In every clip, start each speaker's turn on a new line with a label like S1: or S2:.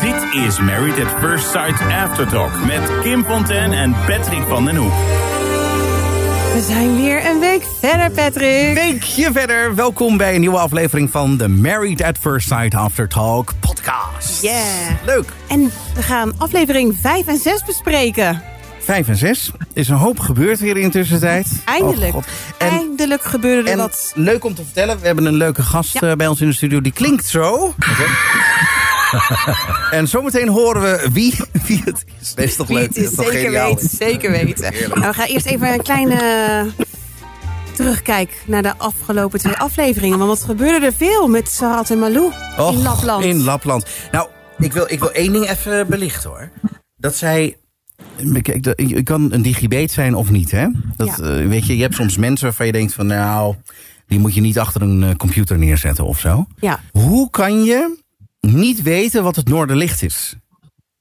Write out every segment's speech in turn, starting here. S1: Dit is Married at First Sight Aftertalk met Kim Fontaine en Patrick van den Hoek.
S2: We zijn weer een week verder, Patrick.
S3: Weekje verder, welkom bij een nieuwe aflevering van de Married at First Sight After Talk podcast.
S2: Yeah.
S3: Leuk.
S2: En we gaan aflevering 5 en 6 bespreken.
S3: Vijf en zes. Is een hoop gebeurd weer in de tussentijd.
S2: Eindelijk.
S3: Oh, God. en
S2: Eindelijk gebeurde er
S3: en
S2: wat.
S3: leuk om te vertellen, we hebben een leuke gast
S2: Ja.
S3: eh, bij ons in de studio. Die klinkt zo. en zometeen horen we wie, wie het is. Dat is toch
S2: Wie
S3: leuk?
S2: het
S3: Dat
S2: is,
S3: is toch
S2: zeker
S3: geniaal?
S2: weten. Zeker weten. Nou, we gaan eerst even een kleine terugkijk naar de afgelopen twee afleveringen. Want wat gebeurde er veel met Sarat en Malou
S3: Och,
S2: in Lapland?
S3: In Lapland. Nou, ik wil, ik wil één ding even belichten hoor. Dat zij. eh, Kijk, dat- je kan een digibeet zijn of niet, hè? Dat,
S2: Ja.
S3: eh, weet je, je hebt soms mensen waarvan je denkt van nou, die moet je niet achter een eh, computer neerzetten of zo.
S2: Ja.
S3: Hoe kan je niet weten wat het Noorderlicht is?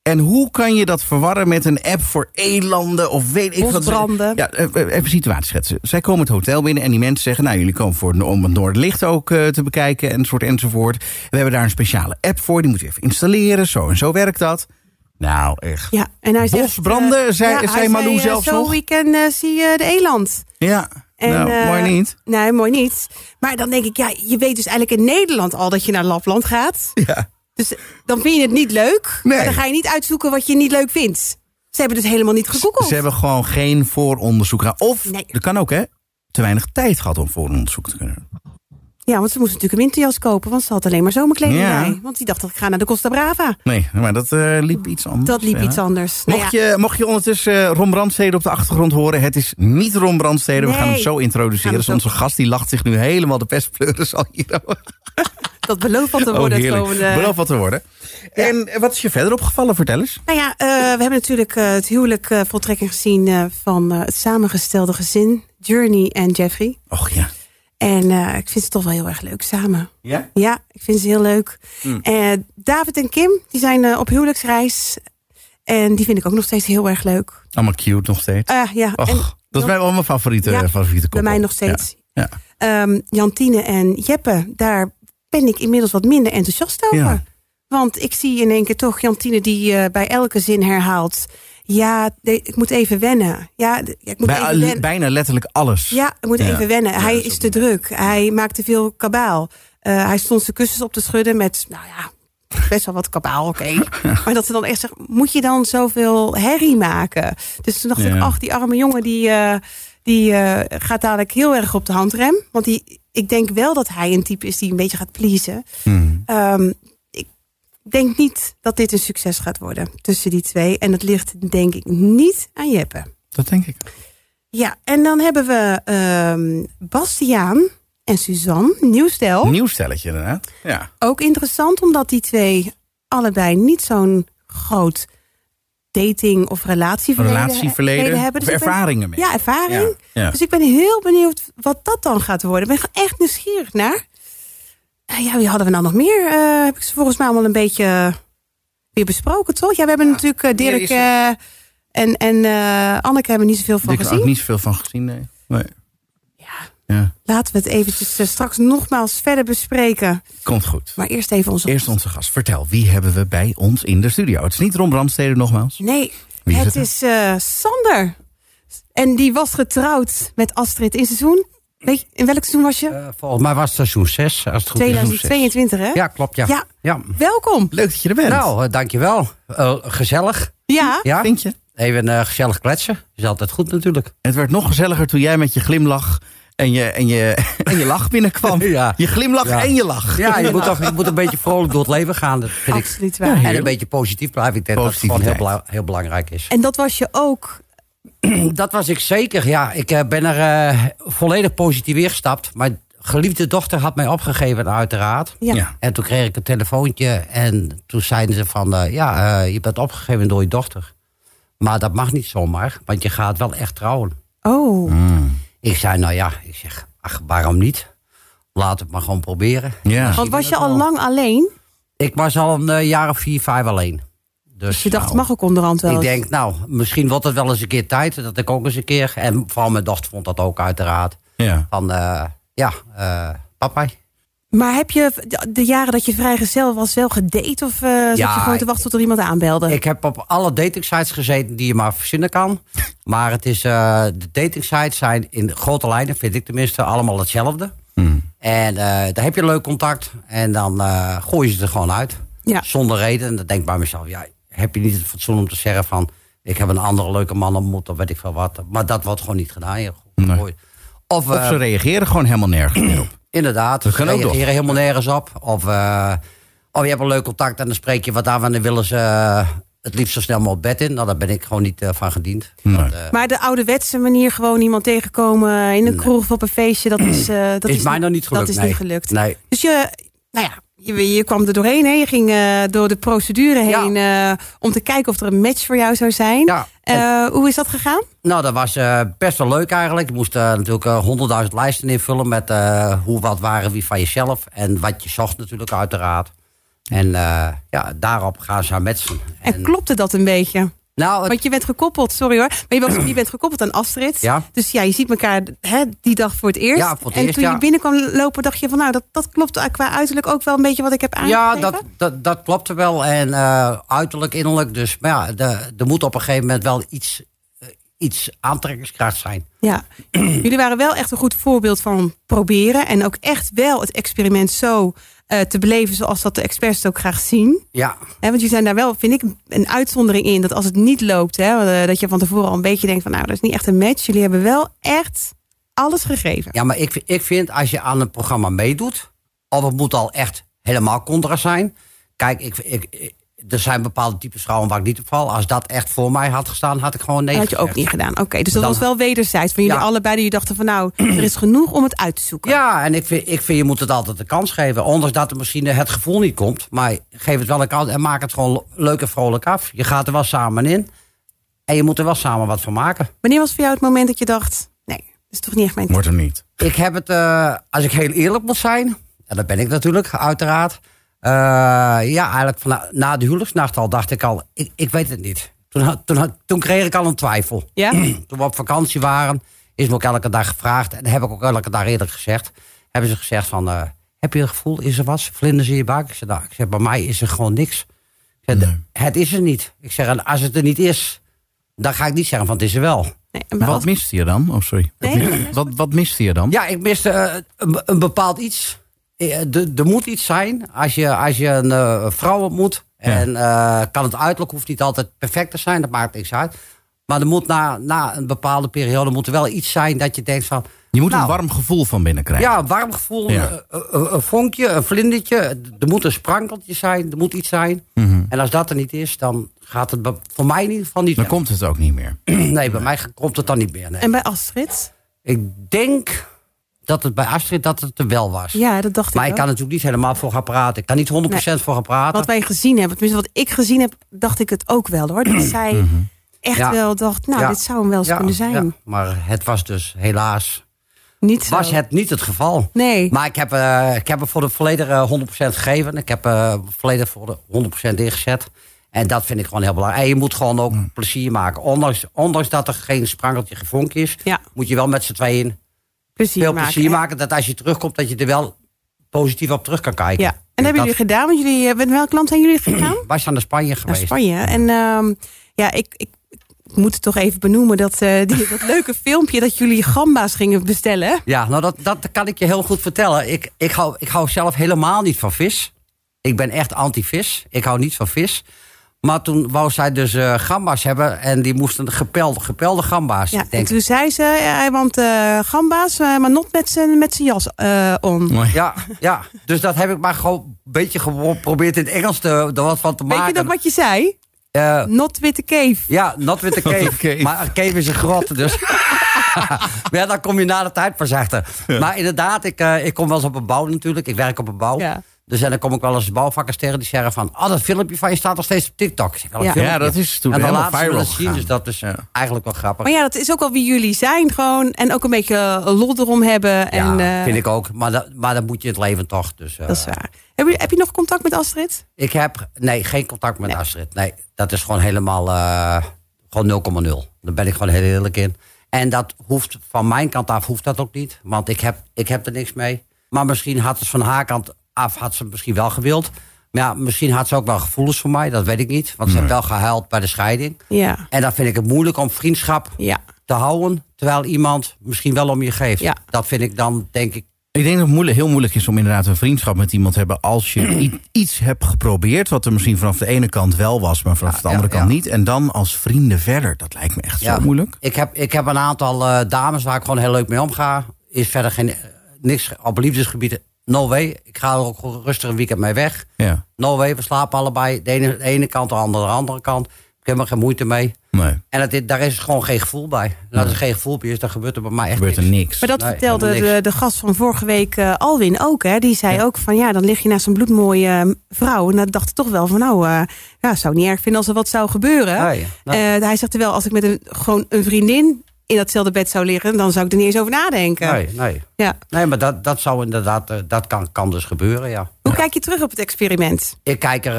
S3: En hoe kan je dat verwarren met een app voor elanden of weet ik wat?
S2: Bosbranden.
S3: Ja, eh, eh, even situatie schetsen. Zij komen het hotel binnen en die mensen zeggen... nou, jullie komen voor, om het Noorderlicht ook eh, te bekijken enzovoort enzovoort. We hebben daar een speciale app voor, die moet je even installeren. Zo en zo werkt dat. Nou, echt.
S2: Ja, en hij zegt,
S3: Bosbranden,
S2: eh,
S3: zei-
S2: ja,
S3: zei
S2: hij
S3: Malou
S2: eh,
S3: zelfs
S2: Zo
S3: nog?
S2: weekend eh, zie je de eland.
S3: Ja, nou,
S2: eh,
S3: mooi niet.
S2: Nee, mooi niet. Maar dan denk ik, ja, je weet dus eigenlijk in Nederland al dat je naar Lapland gaat.
S3: Ja.
S2: Dus dan vind je het niet leuk.
S3: Nee.
S2: Maar dan ga je niet uitzoeken wat je niet leuk vindt. Ze hebben dus helemaal niet gegoogeld.
S3: Ze hebben gewoon geen vooronderzoek gedaan. Of,
S2: Nee.
S3: dat kan ook, hè? Te weinig tijd gehad om vooronderzoek te kunnen.
S2: Ja, want ze moest natuurlijk een winterjas kopen, want ze had alleen maar zomerkleding
S3: Ja.
S2: bij. Want die dacht, ik ga naar de Costa Brava.
S3: Nee, maar dat eh, liep iets anders.
S2: Dat liep
S3: ja.
S2: iets anders. Nou
S3: Mocht,
S2: ja,
S3: je, mocht je ondertussen eh, Ron Brandstede op de achtergrond horen, het is niet Ron Brandstede.
S2: Nee.
S3: We gaan hem zo introduceren.
S2: We gaan hem
S3: Dus onze gast die lacht zich nu helemaal de pestpleuris al hier.
S2: dat belooft wat te worden het eh, komende...
S3: Oh, Beloof wat te worden. En eh, wat is je verder opgevallen? Vertel eens.
S2: Nou ja, eh, we hebben natuurlijk eh, het huwelijk eh, voltrekking gezien eh, van eh, het samengestelde gezin. Journey en Jeffrey.
S3: Och ja.
S2: En eh, ik vind ze toch wel heel erg leuk samen.
S3: Ja?
S2: Ja, ik vind ze heel leuk.
S3: Mm.
S2: Eh, David en Kim, die zijn eh, op huwelijksreis. En die vind ik ook nog steeds heel erg leuk.
S3: Allemaal cute nog steeds.
S2: Ah ja,
S3: Och,
S2: en
S3: dat is mij wel mijn favoriete, eh,
S2: Ja, bij
S3: favoriete koppel.
S2: mij nog steeds.
S3: Ja.
S2: Ehm, Jantine en Jeppe, daar ben ik inmiddels wat minder enthousiast over.
S3: Ja.
S2: Want ik zie in één keer toch Jantine die eh, bij elke zin herhaalt... Ja, de- ik moet even wennen. Ja, de- ja, ik moet
S3: Bij
S2: even
S3: al-
S2: wennen.
S3: bijna letterlijk alles.
S2: Ja, we moeten
S3: Ja.
S2: even wennen.
S3: Ja,
S2: hij
S3: dat is
S2: is
S3: ook
S2: te druk. Hij maakt te veel kabaal. Eh, hij stond zijn kussens op te schudden met, nou ja, best wel wat kabaal, oké. Maar dat ze dan echt zegt, moet je dan zoveel herrie maken? Dus toen dacht ik,
S3: Ja.
S2: ach, die arme jongen die, eh, die eh, gaat dadelijk heel erg op de handrem. Want die, ik denk wel dat hij een type is die een beetje gaat pleasen.
S3: Hmm.
S2: Ehm, ik denk niet dat dit een succes gaat worden tussen die twee. En dat ligt denk ik niet aan Jeppe.
S3: Dat denk ik.
S2: Ja, en dan hebben we ehm, Bastiaan en Suzanne, nieuwstel.
S3: Nieuw stelletje inderdaad. Ja.
S2: Ook interessant, omdat die twee allebei niet zo'n groot dating- of relatieverleden,
S3: Relatieverleden.
S2: verleden hebben.
S3: Of
S2: Dus ik ben-
S3: ervaringen mee.
S2: Ja, ervaring.
S3: Ja. Ja.
S2: Dus ik ben heel benieuwd wat dat dan gaat worden. Ik ben echt nieuwsgierig naar. Eh, Ja, wie hadden we nou nog meer? Eh, heb ik ze volgens mij allemaal een beetje weer besproken, toch? Ja, we hebben natuurlijk eh,
S3: hier
S2: Dirk
S3: is
S2: eh, en, en eh, Anneke hebben we niet zoveel van
S3: Ik heb er ook
S2: gezien.
S3: niet zoveel van gezien, nee. nee.
S2: Ja,
S3: Ja.
S2: Laten we het eventjes eh, straks nogmaals verder bespreken.
S3: Komt goed.
S2: Maar eerst even onze...
S3: Eerst onze gast. Vertel, wie hebben we bij ons in de studio? Het is niet Ron Brandstede nogmaals.
S2: Nee,
S3: Wie is
S2: het
S3: het?
S2: is eh, Sander. En die was getrouwd met Astrid in seizoen... Weet je, in welk seizoen was je?
S4: Eh, volgens mij was het seizoen 6, als het goed is. seizoen
S2: 2022, hè?
S4: zes. Ja, klopt, ja.
S2: Ja.
S4: ja.
S2: Welkom.
S3: Leuk dat je er bent.
S4: Nou, eh, dankjewel. Eh, gezellig.
S2: Ja,
S4: Ja.
S3: vind je?
S4: Even eh, gezellig kletsen. Is altijd goed natuurlijk.
S3: Het werd nog gezelliger toen jij met je glimlach en je, en je, en je lach binnenkwam.
S4: Ja.
S3: Je glimlach
S4: Ja.
S3: en je lach.
S4: Ja, je moet, toch, je moet een beetje vrolijk door het leven gaan. Dat vind ik.
S2: absoluut waar.
S4: En een beetje positief blijven. Ik denk dat het gewoon heel,
S3: Positiviteit.
S4: bela- heel belangrijk is.
S2: En dat was je ook.
S4: Dat was ik zeker, ja. Ik eh, ben er eh, volledig positief ingestapt. Mijn geliefde dochter had mij opgegeven, uiteraard.
S2: Ja.
S3: Ja.
S4: En toen kreeg ik een telefoontje en toen zeiden ze van... eh, ja, eh, je bent opgegeven door je dochter. Maar dat mag niet zomaar, want je gaat wel echt trouwen.
S2: Oh,
S4: Ik zei, nou ja, ik zeg, ach, waarom niet? Laat het maar gewoon proberen.
S3: Ja.
S2: want was je al lang alleen?
S4: Ik was al een eh, jaar of vier, vijf alleen. Dus
S2: Je dacht,
S4: nou,
S2: mag ook onderhand wel
S4: Ik
S2: eens.
S4: denk, nou, misschien wordt het wel eens een keer tijd dat ik ook eens een keer... En vooral mijn dochter vond dat ook uiteraard.
S3: ja.
S4: Van, eh, ja, eh papa,
S2: Maar heb je de- de jaren dat je vrijgezel was wel gedate? Of eh zat je
S4: Ja,
S2: gewoon te wachten tot er iemand aanbelde?
S4: Ik heb op alle dating sites gezeten die je maar verzinnen kan. Maar het is, eh, de dating sites zijn in grote lijnen, vind ik tenminste, allemaal hetzelfde. En eh, daar heb je leuk contact. En dan eh gooi je ze er gewoon uit.
S2: Ja.
S4: Zonder reden. En dan denk ik bij mezelf, ja, heb je niet het fatsoen om te zeggen van... ik heb een andere leuke man ontmoet, of weet ik veel wat. Maar dat wordt gewoon niet gedaan. Je gooit- Of,
S3: Of
S4: eh,
S3: ze reageren gewoon helemaal nergens meer op.
S4: Inderdaad,
S3: Dat kan ook
S4: ze reageren
S3: nog.
S4: helemaal nergens op. Of, eh, oh, je hebt een leuk contact en dan spreek je wat aan... en dan willen ze eh, het liefst zo snel mogelijk bed in. Nou, daar ben ik gewoon niet eh, van gediend.
S3: Nee.
S2: Maar de ouderwetse manier gewoon iemand tegenkomen in een kroeg of op een feestje, dat is, eh, dat
S4: Is mij nog niet gelukt,
S2: Dat is
S4: nee.
S2: niet gelukt.
S4: Nee.
S2: Dus je, nou ja, je, je kwam er doorheen, hè? je ging eh, door de procedure
S4: Ja.
S2: heen eh, om te kijken of er een match voor jou zou zijn.
S4: Ja, en-
S2: Eh, hoe is dat gegaan?
S4: Nou, dat was eh, best wel leuk eigenlijk. Je moest eh, natuurlijk honderdduizend lijsten invullen... met eh, hoe, wat, waren, wie van jezelf. En wat je zocht natuurlijk, uiteraard. En eh, ja, daarop gaan ze aan matchen.
S2: En, klopte dat een beetje?
S4: nou, het-
S2: Want je bent gekoppeld, sorry hoor, maar je, was, je bent gekoppeld aan Astrid.
S4: Ja.
S2: Dus ja, je ziet elkaar hè, die dag voor het eerst.
S4: Ja, voor het
S2: en
S4: eerst,
S2: toen
S4: ja.
S2: je binnenkwam lopen, dacht je van nou, dat, dat klopt qua uiterlijk ook wel een beetje wat ik heb aangegeven.
S4: Ja, dat, dat, dat klopte wel. En eh, uiterlijk, innerlijk. Dus maar ja, de- er moet op een gegeven moment wel iets, eh, iets aantrekkingskracht zijn.
S2: Ja, jullie waren wel echt een goed voorbeeld van proberen. En ook echt wel het experiment zo eh, te beleven zoals dat de experts het ook graag zien.
S4: Ja,
S2: Hè, want jullie zijn daar wel, vind ik, een uitzondering in. Dat als het niet loopt, hè, eh, dat je van tevoren al een beetje denkt van nou, dat is niet echt een match. Jullie hebben wel echt alles gegeven.
S4: ja maar ik, ik vind als je aan een programma meedoet... of het moet al echt helemaal contra zijn. Kijk, ik, ik, ik- er zijn bepaalde types vrouwen waar ik niet op val. Als dat echt voor mij had gestaan, had ik gewoon nee
S2: dat had je ook
S4: gezegd.
S2: niet gedaan. Oké, dus dat
S4: Dan-
S2: was wel wederzijds. Van jullie
S4: Ja.
S2: allebei die dachten van nou, er is genoeg om het uit te zoeken.
S4: Ja, en ik vind, ik vind je moet het altijd de kans geven. Ondanks dat er misschien eh, het gevoel niet komt. Maar geef het wel een kans en maak het gewoon leuk en vrolijk af. Je gaat er wel samen in. En je moet er wel samen wat van maken.
S2: Wanneer was voor jou het moment dat je dacht, nee, dat is toch niet echt mijn
S3: Wordt hem niet.
S4: Ik heb het, eh, als ik heel eerlijk moet zijn. En dat ben ik natuurlijk, uiteraard. eh, ja, eigenlijk van, na de huwelijksnacht al dacht ik al, ik, ik weet het niet. Toen, had- toen, had- toen kreeg ik al een twijfel.
S2: Ja?
S4: toen we op vakantie waren, is me ook elke dag gevraagd. En heb ik ook elke dag eerder gezegd. Hebben ze gezegd van, eh, heb je een gevoel, is er wat? Vlinders in je buik? Ik zeg, nou, ik zeg, bij mij is er gewoon niks. Ik zeg, Het is er niet. Ik zeg, en als het er niet is, dan ga ik niet zeggen van, het is er wel.
S2: Nee, maar
S3: Wat
S2: als-
S3: miste je dan? Oh, sorry.
S2: Nee, dat
S3: Wat, wat miste je dan?
S4: Ja, ik miste eh, een, be- een bepaald iets. Eh, de- Er moet iets zijn als je, als je een eh, vrouw ontmoet. En eh, kan het uiterlijk hoeft niet altijd perfect te zijn, dat maakt niks uit. Maar er moet na, na een bepaalde periode moet er wel iets zijn dat je denkt van...
S3: Je moet
S4: nou,
S3: een warm gevoel van binnen krijgen.
S4: Ja, een warm gevoel,
S3: Ja.
S4: een- een, een vonkje, een vlindertje. Er moet een sprankeltje zijn, er moet iets zijn. En als dat er niet is, dan gaat het be- voor mij in ieder geval niet
S3: Dan
S4: meer.
S3: komt het ook niet meer.
S4: nee, bij mij komt het dan niet meer. Nee.
S2: En bij Astrid?
S4: Ik denk dat het bij Astrid dat het er wel was.
S2: Ja, dat dacht
S4: Maar
S2: ik
S4: ik
S2: ook.
S4: kan natuurlijk niet helemaal voor gaan praten. Ik kan niet 100% voor gaan praten.
S2: wat wij gezien hebben, tenminste wat ik gezien heb, dacht ik het ook wel hoor. Dat zij echt
S4: Mhm. Ja.
S2: wel dacht, nou,
S4: Ja.
S2: dit zou hem wel eens
S4: Ja,
S2: kunnen zijn.
S4: ja. Maar het was dus helaas
S2: Niet zo.
S4: was het niet het geval.
S2: Nee.
S4: Maar ik heb, eh ik heb hem voor de volledige 100% gegeven. Ik heb eh volledig voor de 100% ingezet. En dat vind ik gewoon heel belangrijk. En je moet gewoon ook plezier maken. Ondanks, ondanks dat er geen sprankeltje gevonk is,
S2: Ja.
S4: moet je wel met z'n tweeën
S2: plezier
S4: veel
S2: maken,
S4: plezier
S2: hè?
S4: maken. Dat als je terugkomt, dat je er wel positief op terug kan kijken.
S2: Ja. En dat hebben jullie gedaan, want jullie, eh, met welk land zijn jullie gegaan?
S4: Wij zijn naar Spanje
S2: Naar
S4: geweest.
S2: Spanje. En ehm, ja, ik, ik, ik moet het toch even benoemen dat, eh, die, dat leuke filmpje dat jullie gamba's gingen bestellen.
S4: Ja, nou dat, dat kan ik je heel goed vertellen. Ik, ik, hou, ik hou zelf helemaal niet van vis. Ik ben echt anti-vis. Ik hou niet van vis. Maar toen wou zij dus eh, gamba's hebben en die moesten gepelde, gepelde gamba's.
S2: Ja,
S4: Ik
S2: en
S4: denk,
S2: toen zei ze, ja, want eh, gamba's, eh, maar not met zijn met zijn jas eh on.
S3: Mooi.
S4: ja, ja, dus dat heb ik maar gewoon een beetje geprobeerd in het Engels te, er wat van te
S2: Weet je
S4: maken.
S2: nog wat je zei?
S4: Eh,
S2: Not with the cave.
S4: ja, not with the
S3: Not
S4: cave.
S3: with the cave.
S4: Maar een cave is een grot, dus... Maar ja, dan kom je na de tijd pas achter. Maar inderdaad, ik, eh, ik kom wel eens op een bouw natuurlijk. Ik werk op een bouw.
S2: Ja.
S4: Dus en dan kom ik wel eens bouwvakkers tegen die zeggen van... Oh, dat filmpje van je staat nog steeds op TikTok. Ik zeg, "Wel een
S2: Ja.
S4: filmpje."
S3: Ja, dat is toen
S4: En dan
S3: helemaal
S4: laten ze me
S3: viral
S4: dat zien,
S3: gegaan.
S4: dus dat is eigenlijk wel grappig.
S2: Maar ja, dat is ook wel wie jullie zijn gewoon. En ook een beetje eh, lol erom hebben. En,
S4: Ja,
S2: eh,
S4: vind ik ook. Maar, dat, maar dan moet je het leven toch. Dus, eh,
S2: Dat is waar. Heb je, heb je nog contact met Astrid?
S4: Ik heb nee, geen contact met Astrid. Nee, dat is gewoon helemaal eh, gewoon 0,0. Daar ben ik gewoon heel eerlijk in. En dat hoeft van mijn kant af hoeft dat ook niet. Want ik heb, ik heb er niks mee. Maar misschien had ze van haar kant af had ze misschien wel gewild. Maar ja, misschien had ze ook wel gevoelens voor mij. Dat weet ik niet. Want ze heeft wel gehuild bij de scheiding.
S2: Ja.
S4: En dan vind ik het moeilijk om vriendschap
S2: Ja.
S4: te houden. Terwijl iemand misschien wel om je geeft.
S2: Ja.
S4: Dat vind ik dan, denk ik,
S3: Ik denk dat het moeilijk, heel moeilijk is om inderdaad een vriendschap met iemand te hebben. als je i- iets hebt geprobeerd. wat er misschien vanaf de ene kant wel was, maar vanaf de
S4: ja,
S3: andere kant
S4: ja.
S3: niet. En dan als vrienden verder. Dat lijkt me echt
S4: Ja.
S3: zo moeilijk.
S4: Ik heb, ik heb een aantal eh, dames waar ik gewoon heel leuk mee omga. Is verder geen, niks op liefdesgebied. No way. Ik ga er ook gewoon rustig een weekend mee weg.
S3: Ja.
S4: No way. We slapen allebei. De ene, de ene kant, de andere, de andere kant. Ik heb er geen moeite mee.
S3: Nee.
S4: En dat, dit- daar is gewoon geen gevoel bij. En als er geen gevoel bij is, dan gebeurt er bij mij echt
S3: Gebeurt er
S4: niks.
S3: niks.
S2: Maar dat
S4: Nee,
S2: vertelde
S4: helemaal
S2: de,
S4: niks.
S2: de gast van vorige week, eh, Alwin, ook. Hè? Die zei ook van, ja, dan lig je naast een bloedmooie eh, vrouw. En dan dacht ik toch wel van, nou, eh ja, zou niet erg vinden als er wat zou gebeuren.
S4: Nee, nee.
S2: Eh, hij zegt er wel, als ik met een, gewoon een vriendin in datzelfde bed zou liggen... dan zou ik er niet eens over nadenken.
S4: Nee, nee.
S2: Ja.
S4: Nee, maar dat, dat zou inderdaad, eh, dat kan, kan dus gebeuren, ja.
S2: Hoe kijk je terug op het experiment?
S4: Ik kijk er, eh,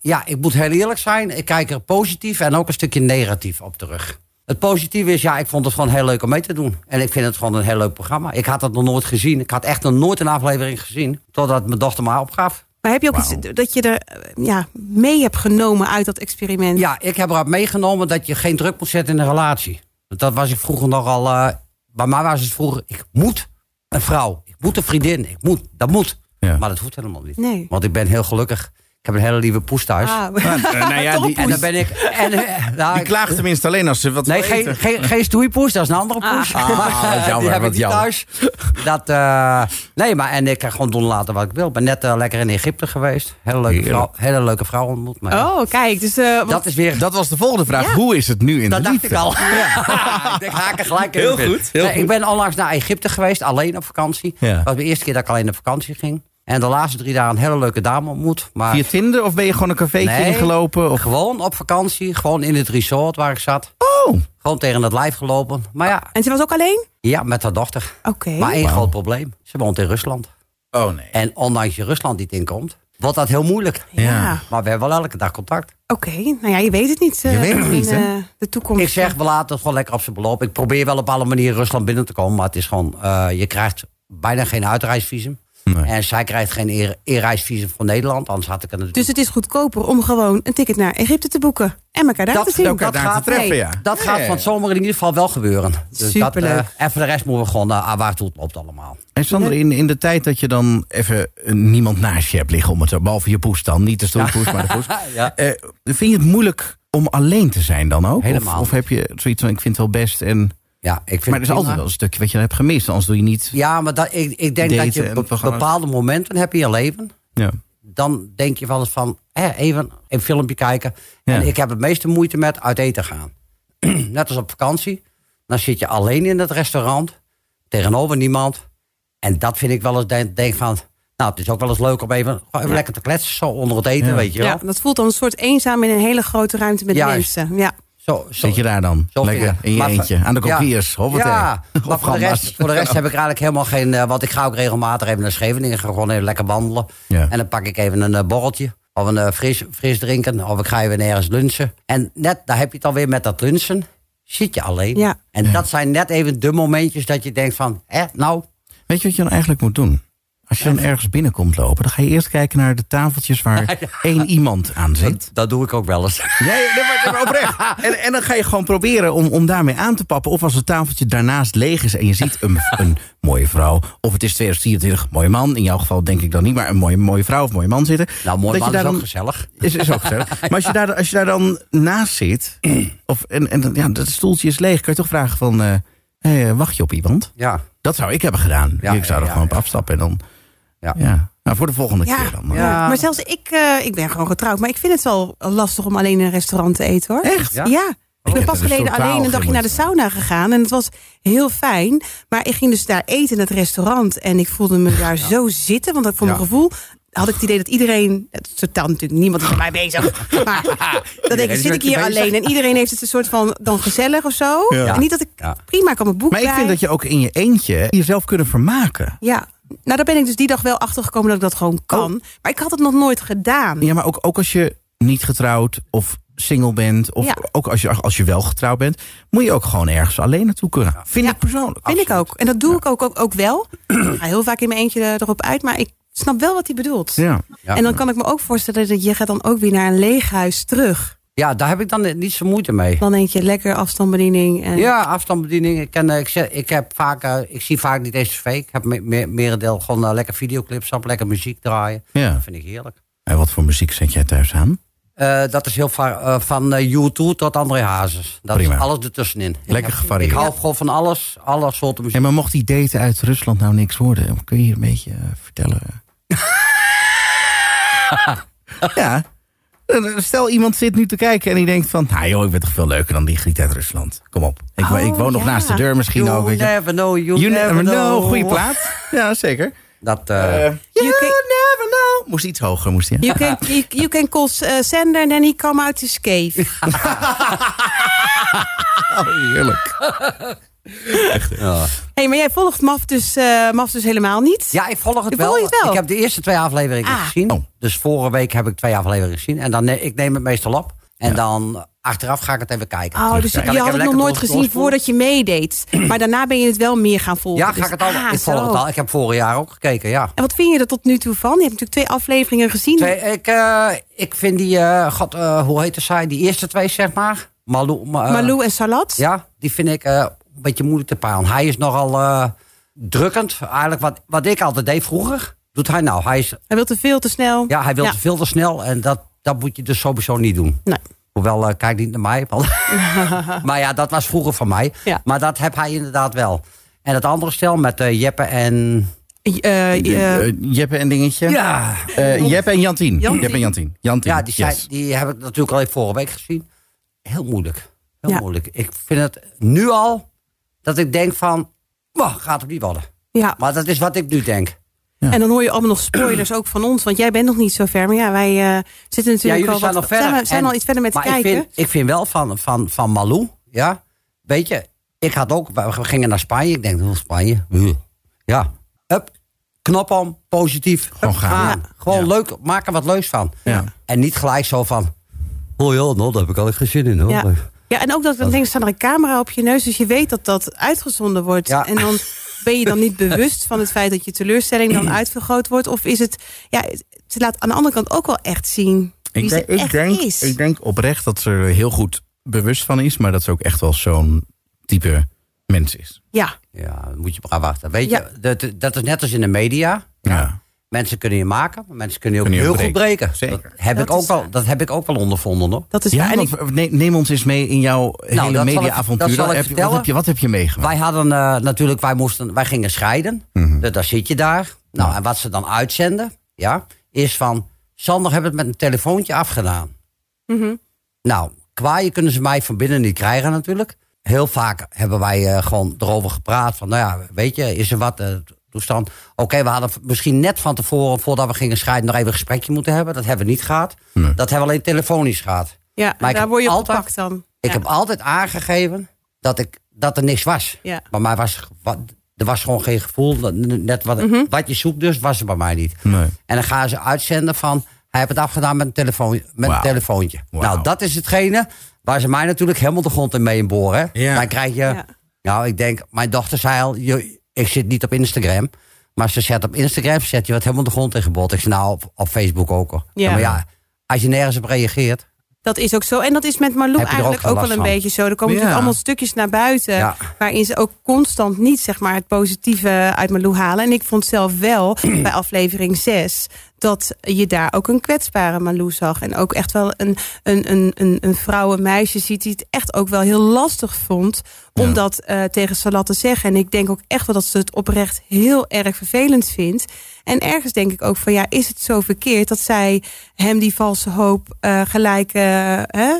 S4: ja, ik moet heel eerlijk zijn. Ik kijk er positief en ook een stukje negatief op terug. Het positieve is, ja, ik vond het gewoon heel leuk om mee te doen. En ik vind het gewoon een heel leuk programma. Ik had dat nog nooit gezien. Ik had echt nog nooit een aflevering gezien. Totdat mijn dochter me opgaf.
S2: Maar heb je ook iets dat je er eh, ja, mee hebt genomen uit dat experiment?
S4: Ja, ik heb eruit meegenomen dat je geen druk moet zetten in een relatie. Want dat was ik vroeger nogal. eh bij mij was het vroeger, ik moet een vrouw. Ik moet een vriendin. Ik moet, dat moet.
S3: Ja.
S4: Maar dat hoeft helemaal niet.
S2: Nee.
S4: Want ik ben heel gelukkig. Ik heb een hele lieve poes thuis.
S2: Ah,
S3: Ja, eh, nou ja, die,
S4: En dan ben ik. En, eh, nou,
S3: die
S4: ik-
S3: klaagt tenminste alleen als ze wat
S4: Nee,
S3: wil
S4: geen,
S3: eten.
S4: geen, geen stoeipoes, dat is een andere poes.
S3: Ah, wat jammer,
S4: die heb
S3: wat
S4: ik niet
S3: jammer.
S4: thuis. Dat, eh, nee, maar en ik kan gewoon doen laten wat ik wil. Ik ben net eh, lekker in Egypte geweest. Hele leuke,
S3: Heerlijk.
S4: vrouw, hele leuke vrouw ontmoet. Maar
S2: oh, kijk. Dus, eh, want-
S4: dat is weer...
S3: Dat was de volgende vraag.
S2: Ja.
S3: Hoe is het nu in
S4: dat
S3: de
S4: dacht
S3: liefde?
S4: ik al. ik denk, haak er gelijk in.
S3: Heel goed, heel
S4: Nee,
S3: goed.
S4: Ik ben onlangs naar Egypte geweest, alleen op vakantie.
S3: Ja.
S4: Dat was de eerste keer dat ik alleen op vakantie ging. En de laatste drie dagen een hele leuke dame ontmoet. Maar
S3: Via Tinder of ben je gewoon een cafeetje
S4: Nee.
S3: ingelopen? Of...
S4: gewoon op vakantie, gewoon in het resort waar ik zat.
S3: Oh,
S4: Gewoon tegen het lijf gelopen. Maar ja,
S2: en ze was ook alleen?
S4: ja met haar dochter.
S2: Oké.
S4: Maar één
S3: Wauw.
S4: groot probleem. Ze woont in Rusland.
S3: oh nee.
S4: En ondanks je Rusland niet inkomt, wordt dat heel moeilijk.
S3: Ja.
S4: Maar we hebben wel elke dag contact.
S2: Oké, nou ja, je weet het niet. eh,
S3: Je weet het niet,
S2: in,
S3: hè?
S2: eh, De toekomst.
S4: Ik zeg, we laten het gewoon lekker op zijn beloop. Ik probeer wel op alle manieren Rusland binnen te komen. Maar het is gewoon, eh, je krijgt bijna geen uitreisvisum. En zij krijgt geen eer- eerreisvisum voor Nederland. Anders had ik het natuurlijk...
S2: Dus het is goedkoper om gewoon een ticket naar Egypte te boeken. En elkaar daar
S4: Dat-
S2: te zien.
S3: elkaar daar te treffen,
S2: nee.
S3: ja.
S4: dat gaat van het zomer in ieder geval wel gebeuren. Dus
S2: Superleuk.
S4: Dat, eh, en voor de rest moeten we gewoon eh, aan waar het toe loopt allemaal.
S3: En Sander, in, in de tijd dat je dan even eh, niemand naast je hebt liggen, om het zo, behalve je poes dan, niet de stoelpoes, maar de poes.
S4: Ja.
S3: Eh, vind je het moeilijk om alleen te zijn dan ook?
S4: Helemaal.
S3: Of, of heb je zoiets van, ik vind het wel best. En,
S4: Ja, ik vind
S3: maar er is
S4: het
S3: altijd
S4: prima.
S3: wel een stukje wat je hebt gemist, anders doe je niet.
S4: Ja, maar dat, ik, ik denk dat
S3: Daten
S4: je
S3: en
S4: op
S3: programma's.
S4: bepaalde momenten heb je in je leven.
S3: Ja.
S4: dan denk je wel eens van, hè, even een filmpje kijken.
S3: Ja.
S4: En ik heb het meeste moeite met uit eten gaan. Net als op vakantie. Dan zit je alleen in het restaurant, tegenover niemand. En dat vind ik wel eens, denk, denk van, nou, het is ook wel eens leuk om even, gewoon even lekker te kletsen, zo onder het eten, weet je wel.
S2: Ja, dat voelt dan een soort eenzaam in een hele grote ruimte met
S4: Juist.
S2: mensen. Ja.
S4: Zo, zo,
S3: Zit je daar dan?
S4: zo vind
S3: Lekker
S4: ik-
S3: in je
S4: maar voor-
S3: eentje, aan de kopiers.
S4: Ja,
S3: hoppatee.
S4: ja
S3: Of
S4: maar voor de,
S3: gamba's.
S4: rest, voor de rest heb ik eigenlijk helemaal geen... eh, want ik ga ook regelmatig even naar Scheveningen. ga gewoon even lekker wandelen.
S3: Ja.
S4: En dan pak ik even een eh, borreltje. Of een eh, fris, fris drinken. Of ik ga even ergens lunchen. En net, daar heb je het alweer met dat lunchen. Zit je alleen.
S2: Ja.
S4: En dat zijn net even de momentjes dat je denkt van... Hè, nou,
S3: Weet je wat je dan eigenlijk moet doen? Als je dan ergens binnenkomt lopen, dan ga je eerst kijken naar de tafeltjes waar één iemand aan zit.
S4: dat doe ik ook wel eens.
S3: Nee, nee, maar, nee, maar oprecht. En, en dan ga je gewoon proberen om, om daarmee aan te pappen. Of als het tafeltje daarnaast leeg is en je ziet een, een mooie vrouw. Of het is 2024, mooie man. In jouw geval denk ik dan niet, maar een mooie, mooie vrouw of mooie man zitten.
S4: Nou, mooi
S3: Dat
S4: man
S3: je
S4: is
S3: daar
S4: ook
S3: dan-
S4: gezellig.
S3: Is, is ook gezellig. Maar als je, daar, als je daar dan naast zit. Of, en en dan- ja, dat stoeltje is leeg. Kun je toch vragen van, eh, hey, wacht je op iemand?
S4: Ja,
S3: Dat zou ik hebben gedaan.
S4: Ja,
S3: ik zou er
S4: ja,
S3: gewoon op
S4: ja.
S3: afstappen. En dan,
S4: ja.
S3: ja. Nou, voor de volgende
S2: Ja.
S3: keer dan.
S4: Ja.
S2: Maar zelfs ik, eh, ik ben gewoon getrouwd. Maar ik vind het wel lastig om alleen in een restaurant te eten hoor.
S3: Echt?
S2: Ja.
S4: Oh, Ja?
S2: Ik ben
S3: heb
S2: pas
S3: er dus
S2: geleden
S3: totaal
S2: alleen een
S3: geen
S2: dagje naar de
S3: moeite
S2: sauna gegaan. En het was heel fijn. Maar ik ging dus daar eten in het restaurant. En ik voelde me daar zo zitten. Want ik voor mijn
S4: Ja.
S2: gevoel had ik het idee dat iedereen... Het is totaal natuurlijk niemand is met mij bezig. Maar dan denk ik,
S4: is
S2: zit ik
S4: met je
S2: hier
S4: bezig.
S2: alleen? En iedereen heeft het een soort van dan gezellig of zo. En niet dat ik...
S4: Ja.
S2: Prima, ik kan mijn boek
S3: Maar ik
S2: bij.
S3: vind dat je ook in je eentje jezelf kunnen vermaken.
S2: Ja, nou daar ben ik dus die dag wel achtergekomen
S4: Oh.
S2: dat ik dat gewoon kan. Maar ik had het nog nooit gedaan.
S3: Ja, maar ook, ook als je niet getrouwd of single bent, of
S2: Ja.
S3: ook als je, als je wel getrouwd bent, moet je ook gewoon ergens alleen naartoe kunnen. Vind ik persoonlijk.
S2: Vind ik ook. En dat doe ik ook, ook, ook wel. Ik ga heel vaak in mijn eentje eh, erop uit, maar ik snap wel wat hij bedoelt.
S3: Ja.
S4: Ja.
S2: En dan kan ik me ook voorstellen dat je gaat dan ook weer naar een leeg huis terug.
S4: Ja, daar heb ik dan niet zo moeite mee.
S2: Dan denk je lekker afstandsbediening. En,
S4: Ja, afstandsbediening. Ik, ken, eh, ik, zeg- ik, heb vaak, eh, ik zie vaak niet eens tv. Ik heb me- me- merendeel gewoon eh, lekker videoclips op, lekker muziek draaien.
S3: Ja.
S4: Dat vind ik heerlijk.
S3: En wat voor muziek zet jij thuis aan?
S4: Eh, dat is heel vaak eh, van eh, U2 tot André Hazes. Dat
S3: Prima.
S4: is alles ertussenin. Ik
S3: Lekker
S4: heb-
S3: gevarieerd.
S4: Ik hou gewoon van alles, alle soorten muziek.
S3: Ja, maar mocht die date uit Rusland nou niks worden, kun je een beetje eh, vertellen? ja. Eh, Stel, iemand zit nu te kijken en die denkt van... Nou joh, ik ben toch veel leuker dan die Griet uit Rusland. Kom op. Ik, wo-
S2: Oh,
S3: ik woon nog
S2: ja.
S3: naast de deur misschien ook.
S4: You
S3: nou, weet je.
S4: never know, you,
S3: You
S4: never, know.
S3: Goede plaat. Ja, zeker.
S4: Dat, eh,
S3: Eh, you
S2: You can-
S3: never know. Moest iets hoger, moest hij.
S2: You can, you, you can call eh, Sander and then he come out his cave.
S3: Oh, heerlijk.
S4: ja.
S2: hey, maar jij volgt MAF dus, eh, MAF dus helemaal niet.
S4: Ja, ik volg het
S2: Je
S4: wel.
S2: volgt het wel?
S4: Ik heb de eerste twee afleveringen
S2: Ah.
S4: gezien.
S3: Oh.
S4: Dus vorige week heb ik twee afleveringen gezien. En dan ne- ik neem het meestal op. En dan achteraf ga ik het even kijken.
S2: Oh, dus
S4: Kan ik
S2: je
S4: even
S2: had het nog
S4: lekker
S2: nooit
S4: door-
S2: gezien
S4: doorspoelen?
S2: voordat je meedeed. Maar daarna ben je het wel meer gaan volgen.
S4: Ja, ga
S2: Dus-
S4: ik het al.
S2: Ah,
S4: ik volg
S2: zo.
S4: het al. Ik heb vorig jaar ook gekeken, ja.
S2: En wat vind je er tot nu toe van? Je hebt natuurlijk twee afleveringen gezien.
S4: Twee, ik, eh, ik vind die, eh, god, eh, hoe heet zij? Die eerste twee, zeg maar. Malou. ma- eh,
S2: Malou en Salat.
S4: Ja, die vind ik eh, een beetje moeilijk te peilen. Hij is nogal eh, drukkend. Eigenlijk wat, wat ik altijd deed vroeger, doet hij nou. Hij is
S2: Hij wil te veel, te snel.
S4: Ja, hij wil veel te snel en dat, dat moet je dus sowieso niet doen.
S2: Nee.
S4: Hoewel, eh, kijk niet naar mij. want- maar ja, dat was vroeger van mij.
S2: Ja.
S4: Maar dat heb hij inderdaad wel. En het andere stel met eh, Jeppe en...
S2: Eh, eh,
S3: Eh, Jeppe en dingetje.
S4: Ja,
S3: Eh, Jeppe en Jantien.
S2: Jantien.
S3: Jeppe en Jantien. Jantien.
S4: ja die, zijn,
S3: yes.
S4: die heb ik natuurlijk al even vorige week gezien. Heel moeilijk. Heel
S2: Ja.
S4: moeilijk. Ik vind het nu al dat ik denk van... "Wah, gaat het niet worden.
S2: ja.
S4: Maar dat is wat ik nu denk.
S2: En dan hoor je allemaal nog spoilers ook van ons. Want jij bent nog niet zo ver. Maar ja, wij eh, zitten
S4: Ja,
S2: natuurlijk
S4: jullie
S2: al
S4: zijn
S2: wat,
S4: al verder.
S2: Zijn, we- zijn
S4: En-
S2: al iets verder met
S4: maar
S2: kijken.
S4: Ik vind, ik vind wel van, van, van Malou, ja. Weet je, ik had ook, we gingen naar Spanje. Ik denk, hoe Spanje? Huh. Ja, up, knop om, positief. hup,
S3: Gewoon gaan.
S2: Ja.
S4: Gewoon leuk, maak er wat leuks van.
S3: Ja.
S4: En niet gelijk zo van, oh joh, nou, daar heb ik al echt geen zin in hoor.
S2: ja. ja, en ook dat dan denk ik, staat er een camera op je neus. Dus je weet dat dat uitgezonden wordt.
S4: Ja.
S2: En dan ben je dan niet bewust van het feit dat je teleurstelling dan uitvergroot wordt. Of is het, ja, ze laat aan de andere kant ook wel echt zien wie
S3: Ik,
S2: ze
S3: denk, ik,
S2: echt
S3: denk,
S2: is.
S3: ik denk oprecht dat ze er heel goed bewust van is, maar dat ze ook echt wel zo'n type mens is.
S2: ja,
S4: Ja, dan moet je maar wachten. Weet
S2: Ja.
S4: je, dat, dat is net als in de media.
S3: Ja.
S4: Mensen kunnen je maken, maar mensen kunnen je ook
S3: Kunnen je
S4: heel goed
S3: breken.
S4: breken.
S3: Zeker.
S4: Dat, heb
S2: Dat
S4: ik ook
S2: is
S4: wel, dat heb ik ook wel ondervonden hoor.
S2: dat is
S3: ja,
S2: waar. En ik,
S3: want ne- neem ons eens mee in jouw
S4: Nou, dat
S3: hele
S4: zal ik-
S3: mediaavontuur.
S4: dat zal ik
S3: Heb je- Wat,
S4: vertellen.
S3: heb je- wat heb je meegemaakt?
S4: Wij hadden eh, natuurlijk, wij, moesten, wij gingen scheiden. Dus daar zit je daar. Nou, en wat ze dan uitzenden, ja, is van... Sander hebben het met een telefoontje afgedaan. Nou, kwaaien kunnen ze mij van binnen niet krijgen natuurlijk. Heel vaak hebben wij eh, gewoon erover gepraat. Van, nou ja, weet je, is er wat eh, toestand? Oké, we hadden v- misschien net van tevoren, voordat we gingen scheiden... nog even een gesprekje moeten hebben. Dat hebben we niet gehad. Dat hebben we alleen telefonisch gehad.
S2: ja,
S4: maar ik
S2: daar
S4: heb
S2: word je
S4: altijd-
S2: gepakt dan.
S4: Ik
S2: ja.
S4: heb altijd aangegeven dat, ik, dat er niks was.
S2: Ja.
S4: Bij mij was wat, er was gewoon geen gevoel. Dat- Net wat,
S2: Mhm.
S4: wat je zoekt, dus was er bij mij niet.
S3: Nee.
S4: En dan gaan ze uitzenden van. Hij heeft het afgedaan met een, telefoon, met
S3: Wauw.
S4: een telefoontje.
S3: Wauw.
S4: Nou, dat is hetgene waar ze mij natuurlijk helemaal de grond in mee inboren. hè.
S3: Ja.
S4: Dan krijg je.
S2: Ja.
S4: Nou, ik denk, mijn dochter zei al. je- ik zit niet op Instagram. Maar ze zet op Instagram, zet je wat helemaal de grond in gebot. Ik zei nou, op, op Facebook ook al.
S2: Ja.
S4: maar ja, als je nergens op reageert.
S2: Dat is ook zo. En dat is met Marlou
S4: Heb je er
S2: eigenlijk
S4: ook
S2: ook
S4: geen
S2: wel een
S4: last van?
S2: beetje zo. Er komen
S3: Ja.
S2: natuurlijk allemaal stukjes naar buiten.
S4: Ja.
S2: Waarin ze ook constant niet zeg maar, het positieve uit Marlou halen. En ik vond zelf wel bij aflevering 6 dat je daar ook een kwetsbare Marlou zag. En ook echt wel een, een, een, een, een vrouw, een meisje ziet die het echt ook wel heel lastig vond. Om
S3: Ja.
S2: dat eh, tegen Salat te zeggen. En ik denk ook echt wel dat ze het oprecht heel erg vervelend vindt. En ergens denk ik ook van ja, is het zo verkeerd dat zij hem die valse hoop eh, gelijk eh, hè,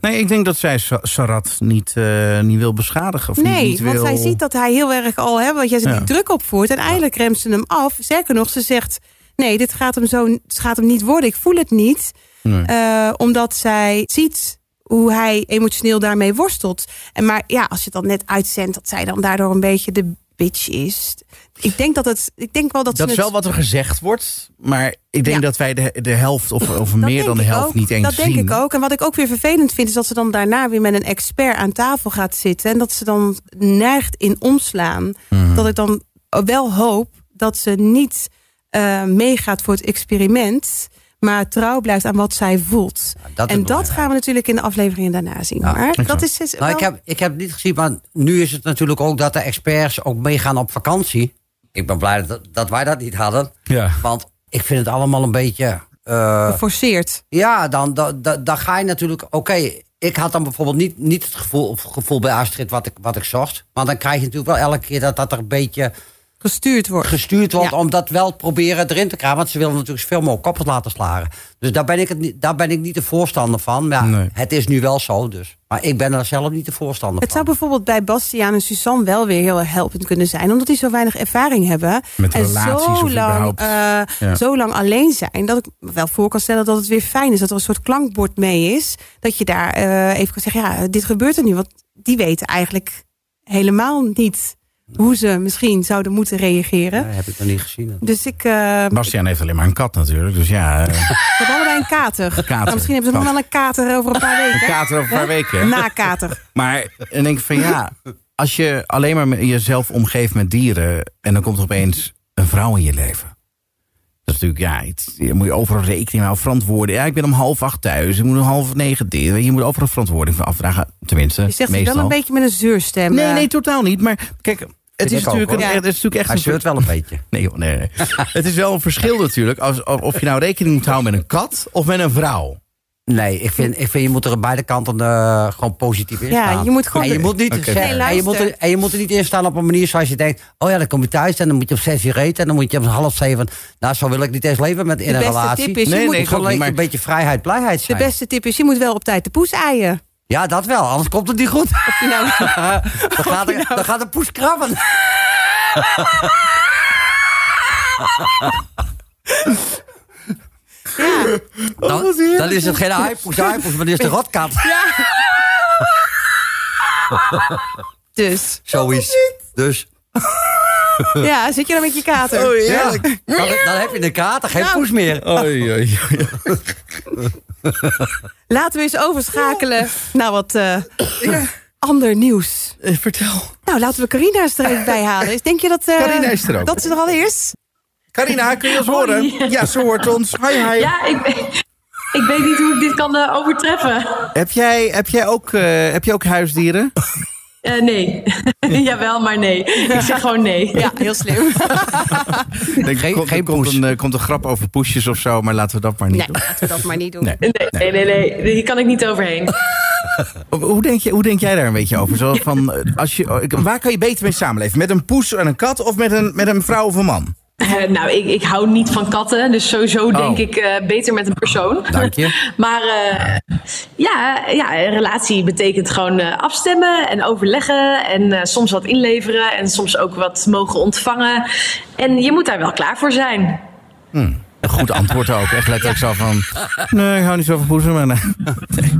S3: Nee, ik denk dat zij Sa- Sarat niet, eh, niet wil beschadigen. Of niet,
S2: nee,
S3: niet
S2: want
S3: wil...
S2: zij ziet dat hij heel erg al, hè, want jij zegt
S3: Ja.
S2: die druk opvoert. En eigenlijk remt ze hem af. Sterker nog, ze zegt: Nee, dit gaat hem, zo, het gaat hem niet worden. Ik voel het niet.
S3: Nee.
S2: Eh, omdat zij ziet hoe hij emotioneel daarmee worstelt. En maar ja, als je het dan net uitzendt, dat zij dan daardoor een beetje de, bitch is. Ik denk dat het. Ik denk wel dat,
S3: Dat
S2: ze
S3: is
S2: het-
S3: wel wat er gezegd wordt. Maar ik denk
S2: Ja.
S3: dat wij de, de helft of, of
S2: Dat
S3: meer
S2: denk
S3: dan de
S2: ik
S3: helft
S2: ook.
S3: niet eens
S2: Dat
S3: zien.
S2: denk ik ook. En wat ik ook weer vervelend vind, is dat ze dan daarna weer met een expert aan tafel gaat zitten. En dat ze dan neigt in omslaan. Dat ik dan wel hoop dat ze niet eh, meegaat voor het experiment. Maar trouw blijft aan wat zij voelt.
S4: dat is
S2: en dat
S4: belangrijk.
S2: gaan we natuurlijk in de afleveringen daarna zien. maar dat is dus
S4: Nou,
S2: wel-
S4: ik, heb, ik heb het niet gezien, maar nu is het natuurlijk ook dat de experts ook meegaan op vakantie. Ik ben blij dat, dat wij dat niet hadden.
S3: Ja.
S4: Want ik vind het allemaal een beetje. eh,
S2: geforceerd.
S4: ja, dan, dan, dan, dan ga je natuurlijk. Oké, ik had dan bijvoorbeeld niet, niet het gevoel, gevoel bij Astrid wat ik, wat ik zocht. Maar dan krijg je natuurlijk wel elke keer dat dat er een beetje
S2: Gestuurd wordt.
S4: gestuurd wordt
S2: Ja.
S4: om dat wel proberen erin te krijgen. Want ze willen natuurlijk zoveel mogelijk koppels laten slagen. Dus daar ben ik, het niet, daar ben ik niet de voorstander van. Maar ja,
S3: Nee.
S4: het is nu wel zo dus. Maar ik ben er zelf niet de voorstander
S2: Het
S4: van.
S2: zou bijvoorbeeld bij Bastiaan en Suzanne wel weer heel helpend kunnen zijn. Omdat die zo weinig ervaring hebben.
S3: Met
S2: en
S3: relaties
S2: zo
S3: of
S2: lang,
S3: überhaupt.
S2: eh,
S3: Ja.
S2: zo lang alleen zijn. Dat ik me wel voor kan stellen dat het weer fijn is. Dat er een soort klankbord mee is. Dat je daar eh, even kan zeggen, ja, dit gebeurt er nu. Want die weten eigenlijk helemaal niet hoe ze misschien zouden moeten reageren.
S4: Nee, heb ik nog niet gezien.
S2: Dus ik eh, ik
S3: Bastiaan heeft alleen maar een kat natuurlijk. Dus ja, eh,
S2: heb allebei een kater.
S3: Kater,
S2: Maar misschien hebben ze nog
S3: kat.
S2: wel een kater over een paar
S3: een
S2: weken.
S3: kater over een paar weken. hè?
S2: Na kater.
S3: Maar dan denk ik van ja, als je alleen maar met- jezelf omgeeft met dieren en dan komt er opeens een vrouw in je leven. Dat is natuurlijk, ja, iets, je moet je overal rekening mee houden, verantwoorden. Ja, ik ben om half acht thuis, ik moet om half negen dit. weet Je je moet overal verantwoording van afdragen, tenminste,
S2: Je zegt het
S3: meestal.
S2: wel een beetje met een zeurstem.
S3: nee,
S2: eh.
S3: nee, totaal niet. Maar kijk, het
S4: ik
S3: is,
S4: ook,
S3: natuurlijk een,
S2: hoor.
S3: het is natuurlijk echt
S4: Hij
S3: een
S4: zeurt wel een beetje.
S3: Nee, joh, nee, nee. het is wel een verschil natuurlijk als, of, of je nou rekening moet houden met een kat of met een vrouw.
S4: Nee, ik vind, ik vind je moet er aan beide kanten eh, gewoon positief in
S2: Ja,
S4: staan.
S2: je moet gewoon
S4: En je
S2: de-
S4: moet niet
S3: Oké.
S4: zeggen-
S2: Nee,
S4: en je moet er,
S2: luister.
S4: en je moet er niet in staan op een manier zoals je denkt... oh ja, dan kom je thuis en dan moet je op zes uur eten... en dan moet je om half zeven... nou, zo wil ik niet eens leven met, in
S2: De
S4: een
S2: beste
S4: relatie.
S2: tip is, je
S3: Nee,
S2: moet
S3: nee, ik
S4: gewoon
S3: ook niet,
S4: een
S3: maar-
S4: beetje vrijheid, blijheid
S2: De
S4: zijn.
S2: beste tip is, je moet wel op tijd de poes aaien.
S4: Ja, dat wel, anders komt het niet goed.
S2: Nou,
S4: Dan gaat, er, dan gaat de poes krabben.
S2: ja.
S4: Dan, dan is het geen aaipoes, aaipoes, maar dan is de rotkat.
S2: Dus,
S4: Zoiets. Dus
S2: ja, zit je dan met je kater?
S3: Oh,
S4: ja, dan, dan heb je een kater, geen poes meer.
S3: Oei, oei, oei.
S2: Laten we eens overschakelen naar wat eh, ander nieuws.
S3: Eh, Vertel.
S2: Nou, laten we Carina eens er even bij halen. Denk je dat, eh,
S3: Carina is er ook.
S2: dat ze er al is?
S3: Carina, kun je ons horen? Ja, ze hoort ons. Hi, hi.
S5: Ja, ik, ik weet niet hoe ik dit kan eh, overtreffen.
S3: Heb, jij, heb, jij ook, eh, heb je ook huisdieren?
S5: Eh, nee. Jawel, maar nee. Ik zeg gewoon nee.
S2: Ja, heel slim.
S3: Denk,
S4: Geen-
S3: komt,
S4: geen
S3: er komt
S4: poes.
S3: een, eh, komt een grap over poesjes of zo, maar laten we dat maar niet
S2: Nee,
S3: doen.
S2: laten we dat maar niet doen.
S3: Nee.
S5: Nee, nee, nee, nee. Hier kan ik niet overheen.
S3: Hoe denk, je, hoe denk jij daar een beetje over? Zo van, eh, als je, ik- waar kan je beter mee samenleven? Met een poes en een kat of met een, met een vrouw of een man?
S5: Eh, nou, ik, ik hou niet van katten. Dus sowieso denk ik eh, beter met een persoon.
S4: Oh. Dank je.
S5: maar eh, ja, ja, een relatie betekent gewoon eh, afstemmen en overleggen. En eh, soms wat inleveren. En soms ook wat mogen ontvangen. En je moet daar wel klaar voor zijn.
S3: Een goed antwoord ook. Echt letterlijk zo van, nee, ik hou niet zo van poezen. Maar nee.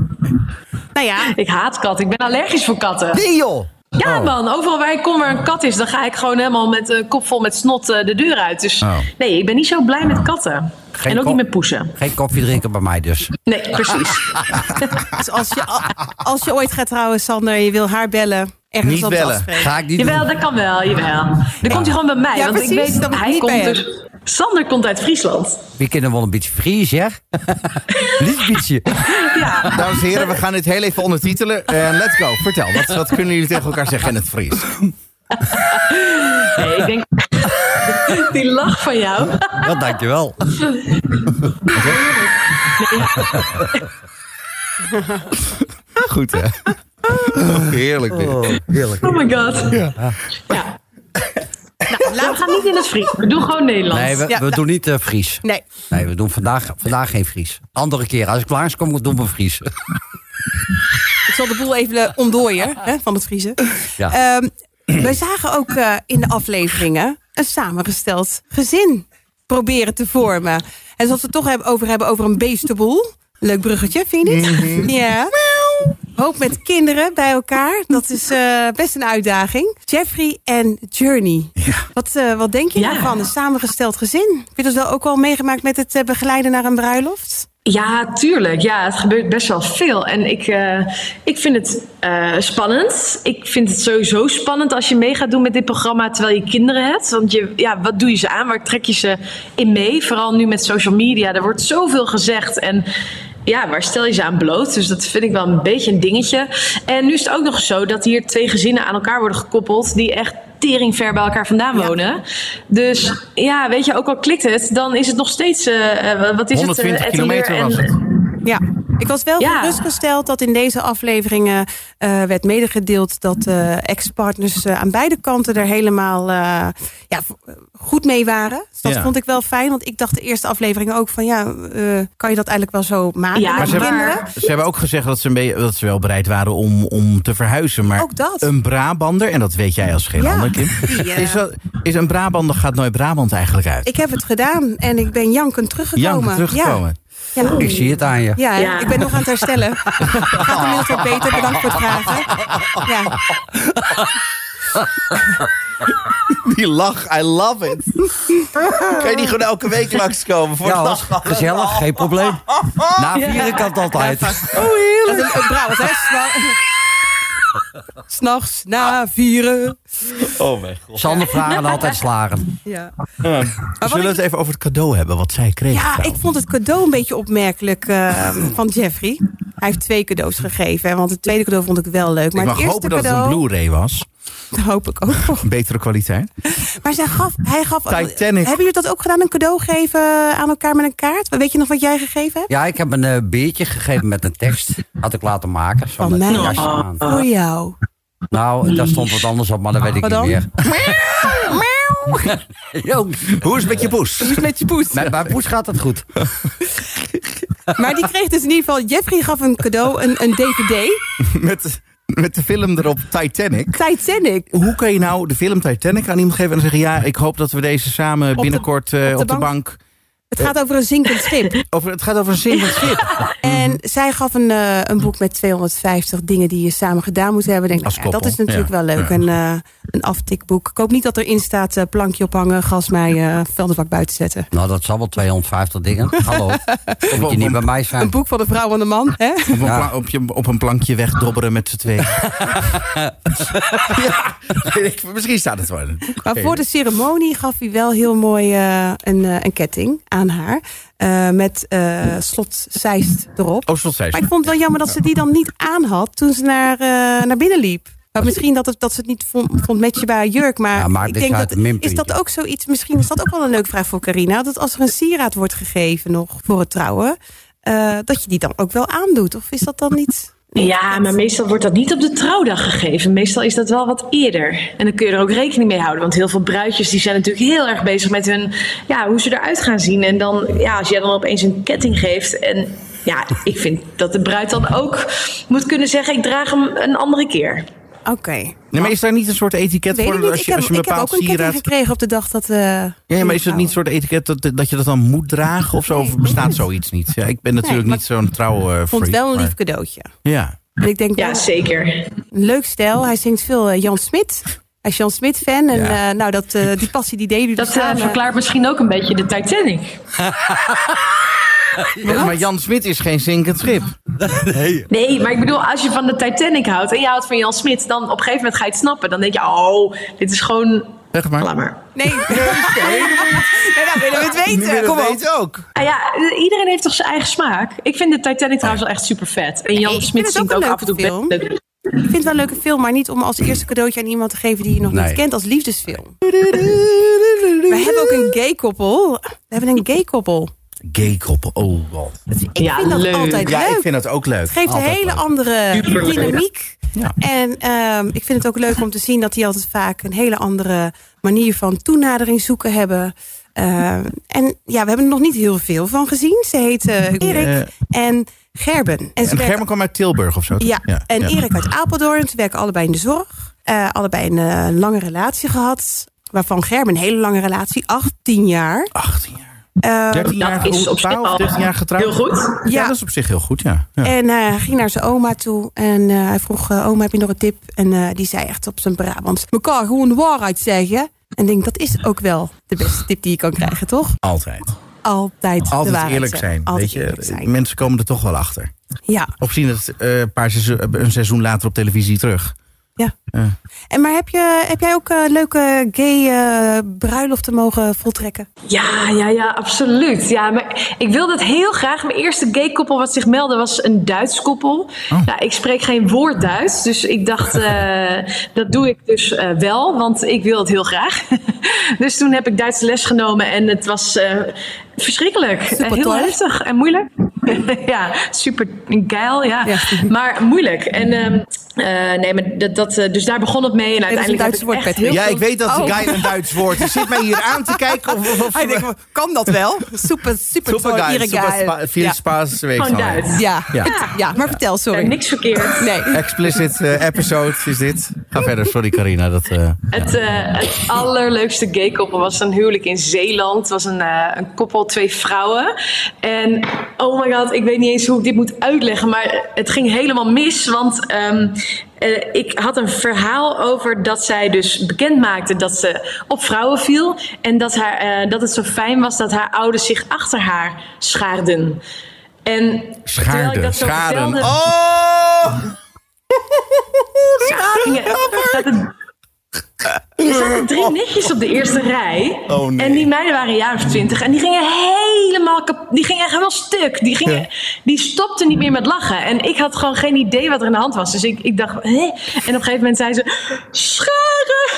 S2: Nou ja,
S5: Ik haat katten. Ik ben allergisch voor katten.
S4: Nee joh.
S5: Ja, man. Overal waar ik kom waar een kat is, dan ga ik gewoon helemaal met een kop vol met snot eh, de deur uit. Dus
S3: Oh.
S5: nee, ik ben niet zo blij met katten. en ook
S4: kop.
S5: niet met poezen.
S4: Geen koffie drinken bij mij dus.
S5: Nee, precies.
S2: dus als je, als je ooit gaat trouwen, Sander, je wil haar bellen. Ergens
S3: Niet
S2: op de
S3: bellen.
S2: afspraak.
S4: Ga ik niet
S5: jawel,
S4: doen.
S5: dat kan wel. Jawel. Dan komt hij gewoon bij mij.
S2: Ja,
S5: want ik
S2: precies,
S5: weet,
S2: dan moet ik
S5: hij
S2: niet bij
S5: komt
S2: hem.
S5: er. Sander komt uit Friesland.
S4: We kunnen wel een beetje vries, hè? Niet een beetje.
S5: Ja.
S3: Dames en heren, we gaan dit heel even ondertitelen. En let's go. Vertel, wat, wat kunnen jullie tegen elkaar zeggen in het Fries?
S5: Nee, ik denk... Die lach van jou.
S4: Ja, dankjewel.
S3: Goed, hè? Heerlijk dit.
S4: heerlijk.
S5: Oh my god. Ja. Nou, laat- we gaan niet in het Fries. We doen gewoon Nederlands.
S4: Nee, we,
S2: Ja,
S4: we doen niet eh, Fries.
S2: Nee,
S4: Nee, we doen vandaag, vandaag geen Fries. Andere keer, als ik langskom, doen we Fries.
S2: ik zal de boel even eh, ontdooien hè, van het vriezen.
S4: Ja.
S2: Ehm, wij zagen ook eh, in de afleveringen een samengesteld gezin proberen te vormen. En zoals we het toch hebben over hebben over een beestenboel. Leuk bruggetje, vind je niet? Ja. hoop met kinderen bij elkaar. Dat is eh, best een uitdaging. Jeffrey en Journey. Wat, eh, wat denk je
S5: Ja.
S2: daarvan? Een samengesteld gezin. Heb je dat wel ook al meegemaakt met het eh, begeleiden naar een bruiloft?
S5: Ja, tuurlijk. Ja, het gebeurt best wel veel. En ik, eh, ik vind het eh, spannend. Ik vind het sowieso spannend als je mee gaat doen met dit programma terwijl je kinderen hebt. Want je, ja, wat doe je ze aan? Waar trek je ze in mee? Vooral nu met social media. Er wordt zoveel gezegd. En ja, waar stel je ze aan bloot? Dus dat vind ik wel een beetje een dingetje. En nu is het ook nog zo dat hier twee gezinnen aan elkaar worden gekoppeld die echt tering ver bij elkaar vandaan
S2: Ja.
S5: wonen. Dus ja, weet je, ook al klikt het, dan is het nog steeds, eh, eh, wat is het? eh,
S3: 120
S5: Ettenleer
S3: kilometer
S5: en-
S3: was het.
S2: Ja, ik was wel
S5: Ja.
S2: gerustgesteld dat in deze afleveringen eh, werd medegedeeld dat eh, ex-partners eh, aan beide kanten er helemaal eh, ja, v- eh, goed mee waren. Dus dat
S3: Ja.
S2: vond ik wel fijn, want ik dacht de eerste aflevering ook van ja, eh, kan je dat eigenlijk wel zo maken
S5: Ja,
S2: met
S5: maar
S2: de
S5: ze hebben-
S2: kinderen?
S3: Ze hebben ook gezegd dat ze, een beetje, dat ze wel bereid waren om, om te verhuizen. Maar
S2: Ook dat.
S3: een Brabander, en dat weet jij als geen
S2: Ja.
S3: ander, Kim.
S2: eh,
S3: Is, dat, is een Brabander gaat nooit Brabant eigenlijk uit?
S2: Ik heb het gedaan en ik ben jankend teruggekomen.
S3: Jank teruggekomen.
S2: Ja, ja.
S4: Ik zie het aan je.
S2: Ja,
S5: Ja.
S2: ik ben nog aan het herstellen. Het gaat inmiddels wat beter, bedankt voor het vragen. Ja.
S3: Die lach, I love it. kan je niet gewoon elke week langskomen? Voor
S4: Ja hoor, gezellig, geen probleem. Na vieren kan het altijd.
S2: Dat is een brabant, hè? S'na- S'nachts na vieren.
S3: Oh mijn god.
S4: Sander vragen altijd slagen.
S2: Ja.
S3: We zullen het even over het cadeau hebben, wat zij kreeg.
S2: ja, ik
S3: trouwens.
S2: vond het cadeau een beetje opmerkelijk eh, van Jeffrey. Hij heeft twee cadeaus gegeven, hè, want het tweede cadeau vond ik wel leuk. Maar
S3: ik
S2: het
S3: mag
S2: eerste
S3: hopen dat
S2: cadeau,
S3: het een Blu-ray was.
S2: dat hoop ik ook. wel.
S3: Betere kwaliteit.
S2: Maar zij gaf, hij gaf...
S3: Titanic.
S2: Hebben jullie dat ook gedaan, een cadeau geven aan elkaar met een kaart? Weet je nog wat jij gegeven hebt?
S4: Ja, ik heb een eh, beertje gegeven met een tekst. Had ik laten maken. Zo
S2: Van
S4: met een
S2: mij?
S4: jasje aan.
S2: Voor Oh, jou.
S4: Nou, daar stond wat anders op, maar dat weet ik
S2: Wat
S4: niet
S2: dan?
S4: meer.
S2: Miauw.
S4: Jo,
S3: Hoe is het met je poes?
S2: Met je poes.
S4: met mijn poes gaat het goed.
S2: Maar die kreeg dus in ieder geval... Jeffrey gaf een cadeau, een, een dvd.
S3: Met, met de film erop Titanic.
S2: Titanic.
S3: Hoe kan je nou de film Titanic aan iemand geven en zeggen... ja, ik hoop dat we deze samen
S2: de-
S3: binnenkort eh, op, de, bank...
S2: Het gaat over een zinkend schip.
S3: Over, het gaat over een zinkend schip.
S2: En zij gaf een, eh, een boek met 250 dingen die je samen gedaan moet hebben. Ik Denk,
S3: Als
S2: nou ja, dat is
S3: koppel,
S2: natuurlijk
S3: ja.
S2: wel leuk.
S3: Ja.
S2: Een, eh, een aftikboek. Ik hoop niet dat erin staat eh, plankje ophangen, gas mij, eh vuilnisbak buiten zetten.
S4: Nou, dat zal wel 250 dingen. Hallo, moet je niet bij mij zijn.
S2: Een boek van de vrouw en de man. Hè?
S3: Op een, pla- op, je, op een plankje wegdobberen met z'n tweeën. ja, weet ik, misschien staat het wel. in het boek.
S2: Maar voor de ceremonie gaf hij wel heel mooi eh, een, eh, een ketting aan haar. eh, met eh slot zeist erop.
S3: Oh, zoals zij
S2: Maar ik vond het wel jammer dat ze die dan niet aan had toen ze naar, eh, naar binnen liep. Maar misschien dat, het, dat ze het niet vond, vond matchen bij haar jurk. Maar
S4: Ja, maakt
S2: ik
S4: niks
S2: denk
S4: uit,
S2: dat,
S4: een
S2: is
S4: minpuntje.
S2: dat ook zoiets? Misschien is dat ook wel een leuke vraag voor Carina. Dat als er een sieraad wordt gegeven nog voor het trouwen. eh, dat je die dan ook wel aandoet. Of is dat dan niet...
S5: Ja, maar meestal wordt dat niet op de trouwdag gegeven. Meestal is dat wel wat eerder. En dan kun je er ook rekening mee houden. Want heel veel bruidjes die zijn natuurlijk heel erg bezig met hun, ja, hoe ze eruit gaan zien. En dan, ja, als jij dan opeens een ketting geeft. En ja, ik vind dat de bruid dan ook moet kunnen zeggen: ik draag hem een andere keer.
S2: Oké.
S3: Nee, maar is daar niet een soort etiket
S2: Weet
S3: voor
S2: ik niet.
S3: als
S2: Ik
S3: je,
S2: heb,
S3: als je een
S2: ik heb
S3: bepaald
S2: ook een ketting
S3: sieraad...
S2: gekregen op de dag dat... eh,
S3: Ja, ja, maar is het niet
S2: trouwen.
S3: een soort etiket dat, dat je dat dan moet dragen of zo? Of bestaat zoiets niet? Ja, ik ben natuurlijk
S2: Nee, maar-
S3: niet zo'n trouw eh
S2: Ik vond het wel een
S3: freak,
S2: lief cadeautje.
S3: maar- Ja.
S2: En ik denk,
S5: Ja,
S2: ja,
S5: zeker.
S2: leuk stijl. Hij zingt veel eh, Jan Smit. Hij is Jan Smit-fan. En
S3: Ja.
S2: eh, nou, dat, eh, die passie die deed u
S5: Dat eh, verklaart misschien ook een beetje de Titanic.
S3: Ja, Maar Jan Smit is geen zinkend schip.
S5: Nee, maar ik bedoel, als je van de Titanic houdt en je houdt van Jan Smit, dan op een gegeven moment ga je het snappen. Dan denk je: oh, dit is gewoon.
S3: Zeg maar.
S5: Laat maar.
S2: Nee, nee, nou willen we het
S3: Nu willen
S2: weten. Kom
S3: we
S2: op.
S3: weten ook.
S5: Ah ja, eh, iedereen heeft toch zijn eigen smaak? Ik vind de Titanic trouwens wel echt super vet. En Jan
S2: ik vind
S5: Smit
S2: het
S5: zingt
S2: ook
S5: ook
S2: een
S5: af en toe
S2: leuke
S5: best leuk.
S2: Ik vind het wel een leuke film, maar niet om als eerste cadeautje aan iemand te geven die je nog
S4: Nee.
S2: niet kent als liefdesfilm. We hebben ook een gay koppel. We hebben een gay koppel.
S3: Gay koppel, oh wat.
S5: Ja,
S2: Ik vind dat
S5: leuk.
S2: altijd
S3: Ja,
S2: leuk.
S3: ik vind dat ook leuk.
S2: Het geeft een hele andere dynamiek.
S3: Ja.
S2: En ehm, ik vind het ook leuk om te zien dat die altijd vaak een hele andere manier van toenadering zoeken hebben. Ehm, en ja, we hebben er nog niet heel veel van gezien. Ze heten Erik en Gerben. En ze
S3: En
S2: werken
S3: Germen kwam uit Tilburg of zo? toch?
S2: Ja, en Erik uit Apeldoorn. Ze werken allebei in de zorg. Eh, allebei een
S3: Ah.
S2: eh, lange relatie gehad. Waarvan Gerben een hele lange relatie, 18 jaar.
S3: 18 jaar.
S2: Eh,
S3: 13
S5: dat
S3: jaar
S5: is
S3: getrouwd,
S5: op zich
S3: 12,
S5: al
S3: 13 jaar getrouwd.
S5: heel goed.
S3: Ja.
S2: Ja.
S3: dat is op zich heel goed, ja. ja.
S2: En eh, hij ging naar zijn oma toe en eh, hij vroeg: eh, Oma, heb je nog een tip? En eh, die zei echt op zijn Brabants: Mekaar gewoon de waarheid zeggen. En ik denk, dat is ook wel de beste tip die je kan krijgen, toch?
S3: Altijd.
S2: Altijd, de
S3: Altijd
S2: waarheid
S3: eerlijk
S2: zeggen.
S3: zijn.
S2: Altijd
S3: weet je?
S2: eerlijk zijn.
S3: Mensen komen er toch wel achter.
S2: Ja.
S3: Of zien het eh, een paar seizoen, een seizoen later op televisie terug.
S2: ja.
S3: Ja.
S2: En maar heb, je, heb jij ook eh, leuke gay eh, bruiloften mogen voltrekken?
S5: Ja, ja, ja, absoluut. Ja, maar ik wil dat heel graag. Mijn eerste gay koppel wat zich meldde was een Duits koppel.
S2: Oh.
S5: Nou, ik spreek geen woord Duits, dus ik dacht, eh, dat doe ik dus eh, wel, want ik wil het heel graag. dus toen heb ik Duitse les genomen en het was eh, verschrikkelijk. Eh,
S2: Super
S5: heel
S2: tof.
S5: heftig en moeilijk. ja, super geil, ja.
S2: Ja.
S5: Maar moeilijk. En, ehm, eh, nee, maar dat, dat, eh, dus daar begon het mee. En
S2: is een
S5: uiteindelijk heb
S2: Duits
S5: ik
S2: woord,
S5: echt
S2: Patrick.
S5: heel
S3: Ja,
S5: veel-
S3: ik weet dat
S2: Oh.
S3: de guy een Duits woord is. Zit mij hier aan te kijken of... of, of
S2: Hij denkt, Ah, kan dat wel? Super, super,
S3: Super guy,
S2: tof,
S3: super
S2: hier
S3: spa,
S2: geil.
S3: veel
S2: Ja.
S3: spaas. weet ik
S5: Gewoon
S3: wel.
S5: Duits.
S2: Ja.
S3: Ja.
S2: Ja. maar vertel,
S5: Ja,
S2: sorry.
S5: niks verkeerd.
S2: Nee.
S3: Explicit eh, episode is dit. Ga verder, sorry Carina. Dat, eh,
S5: Het, eh, het allerleukste gay koppel was een huwelijk in Zeeland. Het was een, eh, een koppel, twee vrouwen. En oh my god, ik weet niet eens hoe ik dit moet uitleggen. Maar het ging helemaal mis. Want ehm, eh, ik had een verhaal over dat zij dus bekend maakte dat ze op vrouwen viel. En dat, haar, eh, dat het zo fijn was dat haar ouders zich achter haar schaarden. En terwijl ik
S3: Schaarden,
S5: dat zo
S3: scharen.
S5: vertelde-
S3: Oh!
S5: Ja, er zaten drie netjes op de eerste rij.
S3: Oh, nee.
S5: En die meiden waren een jaar of twintig. En die gingen helemaal kap- Die gingen echt helemaal stuk. Die, gingen, die stopten niet meer met lachen. En ik had gewoon geen idee wat er aan de hand was. Dus ik, ik dacht... Hè? En op een gegeven moment zei ze... Scharen!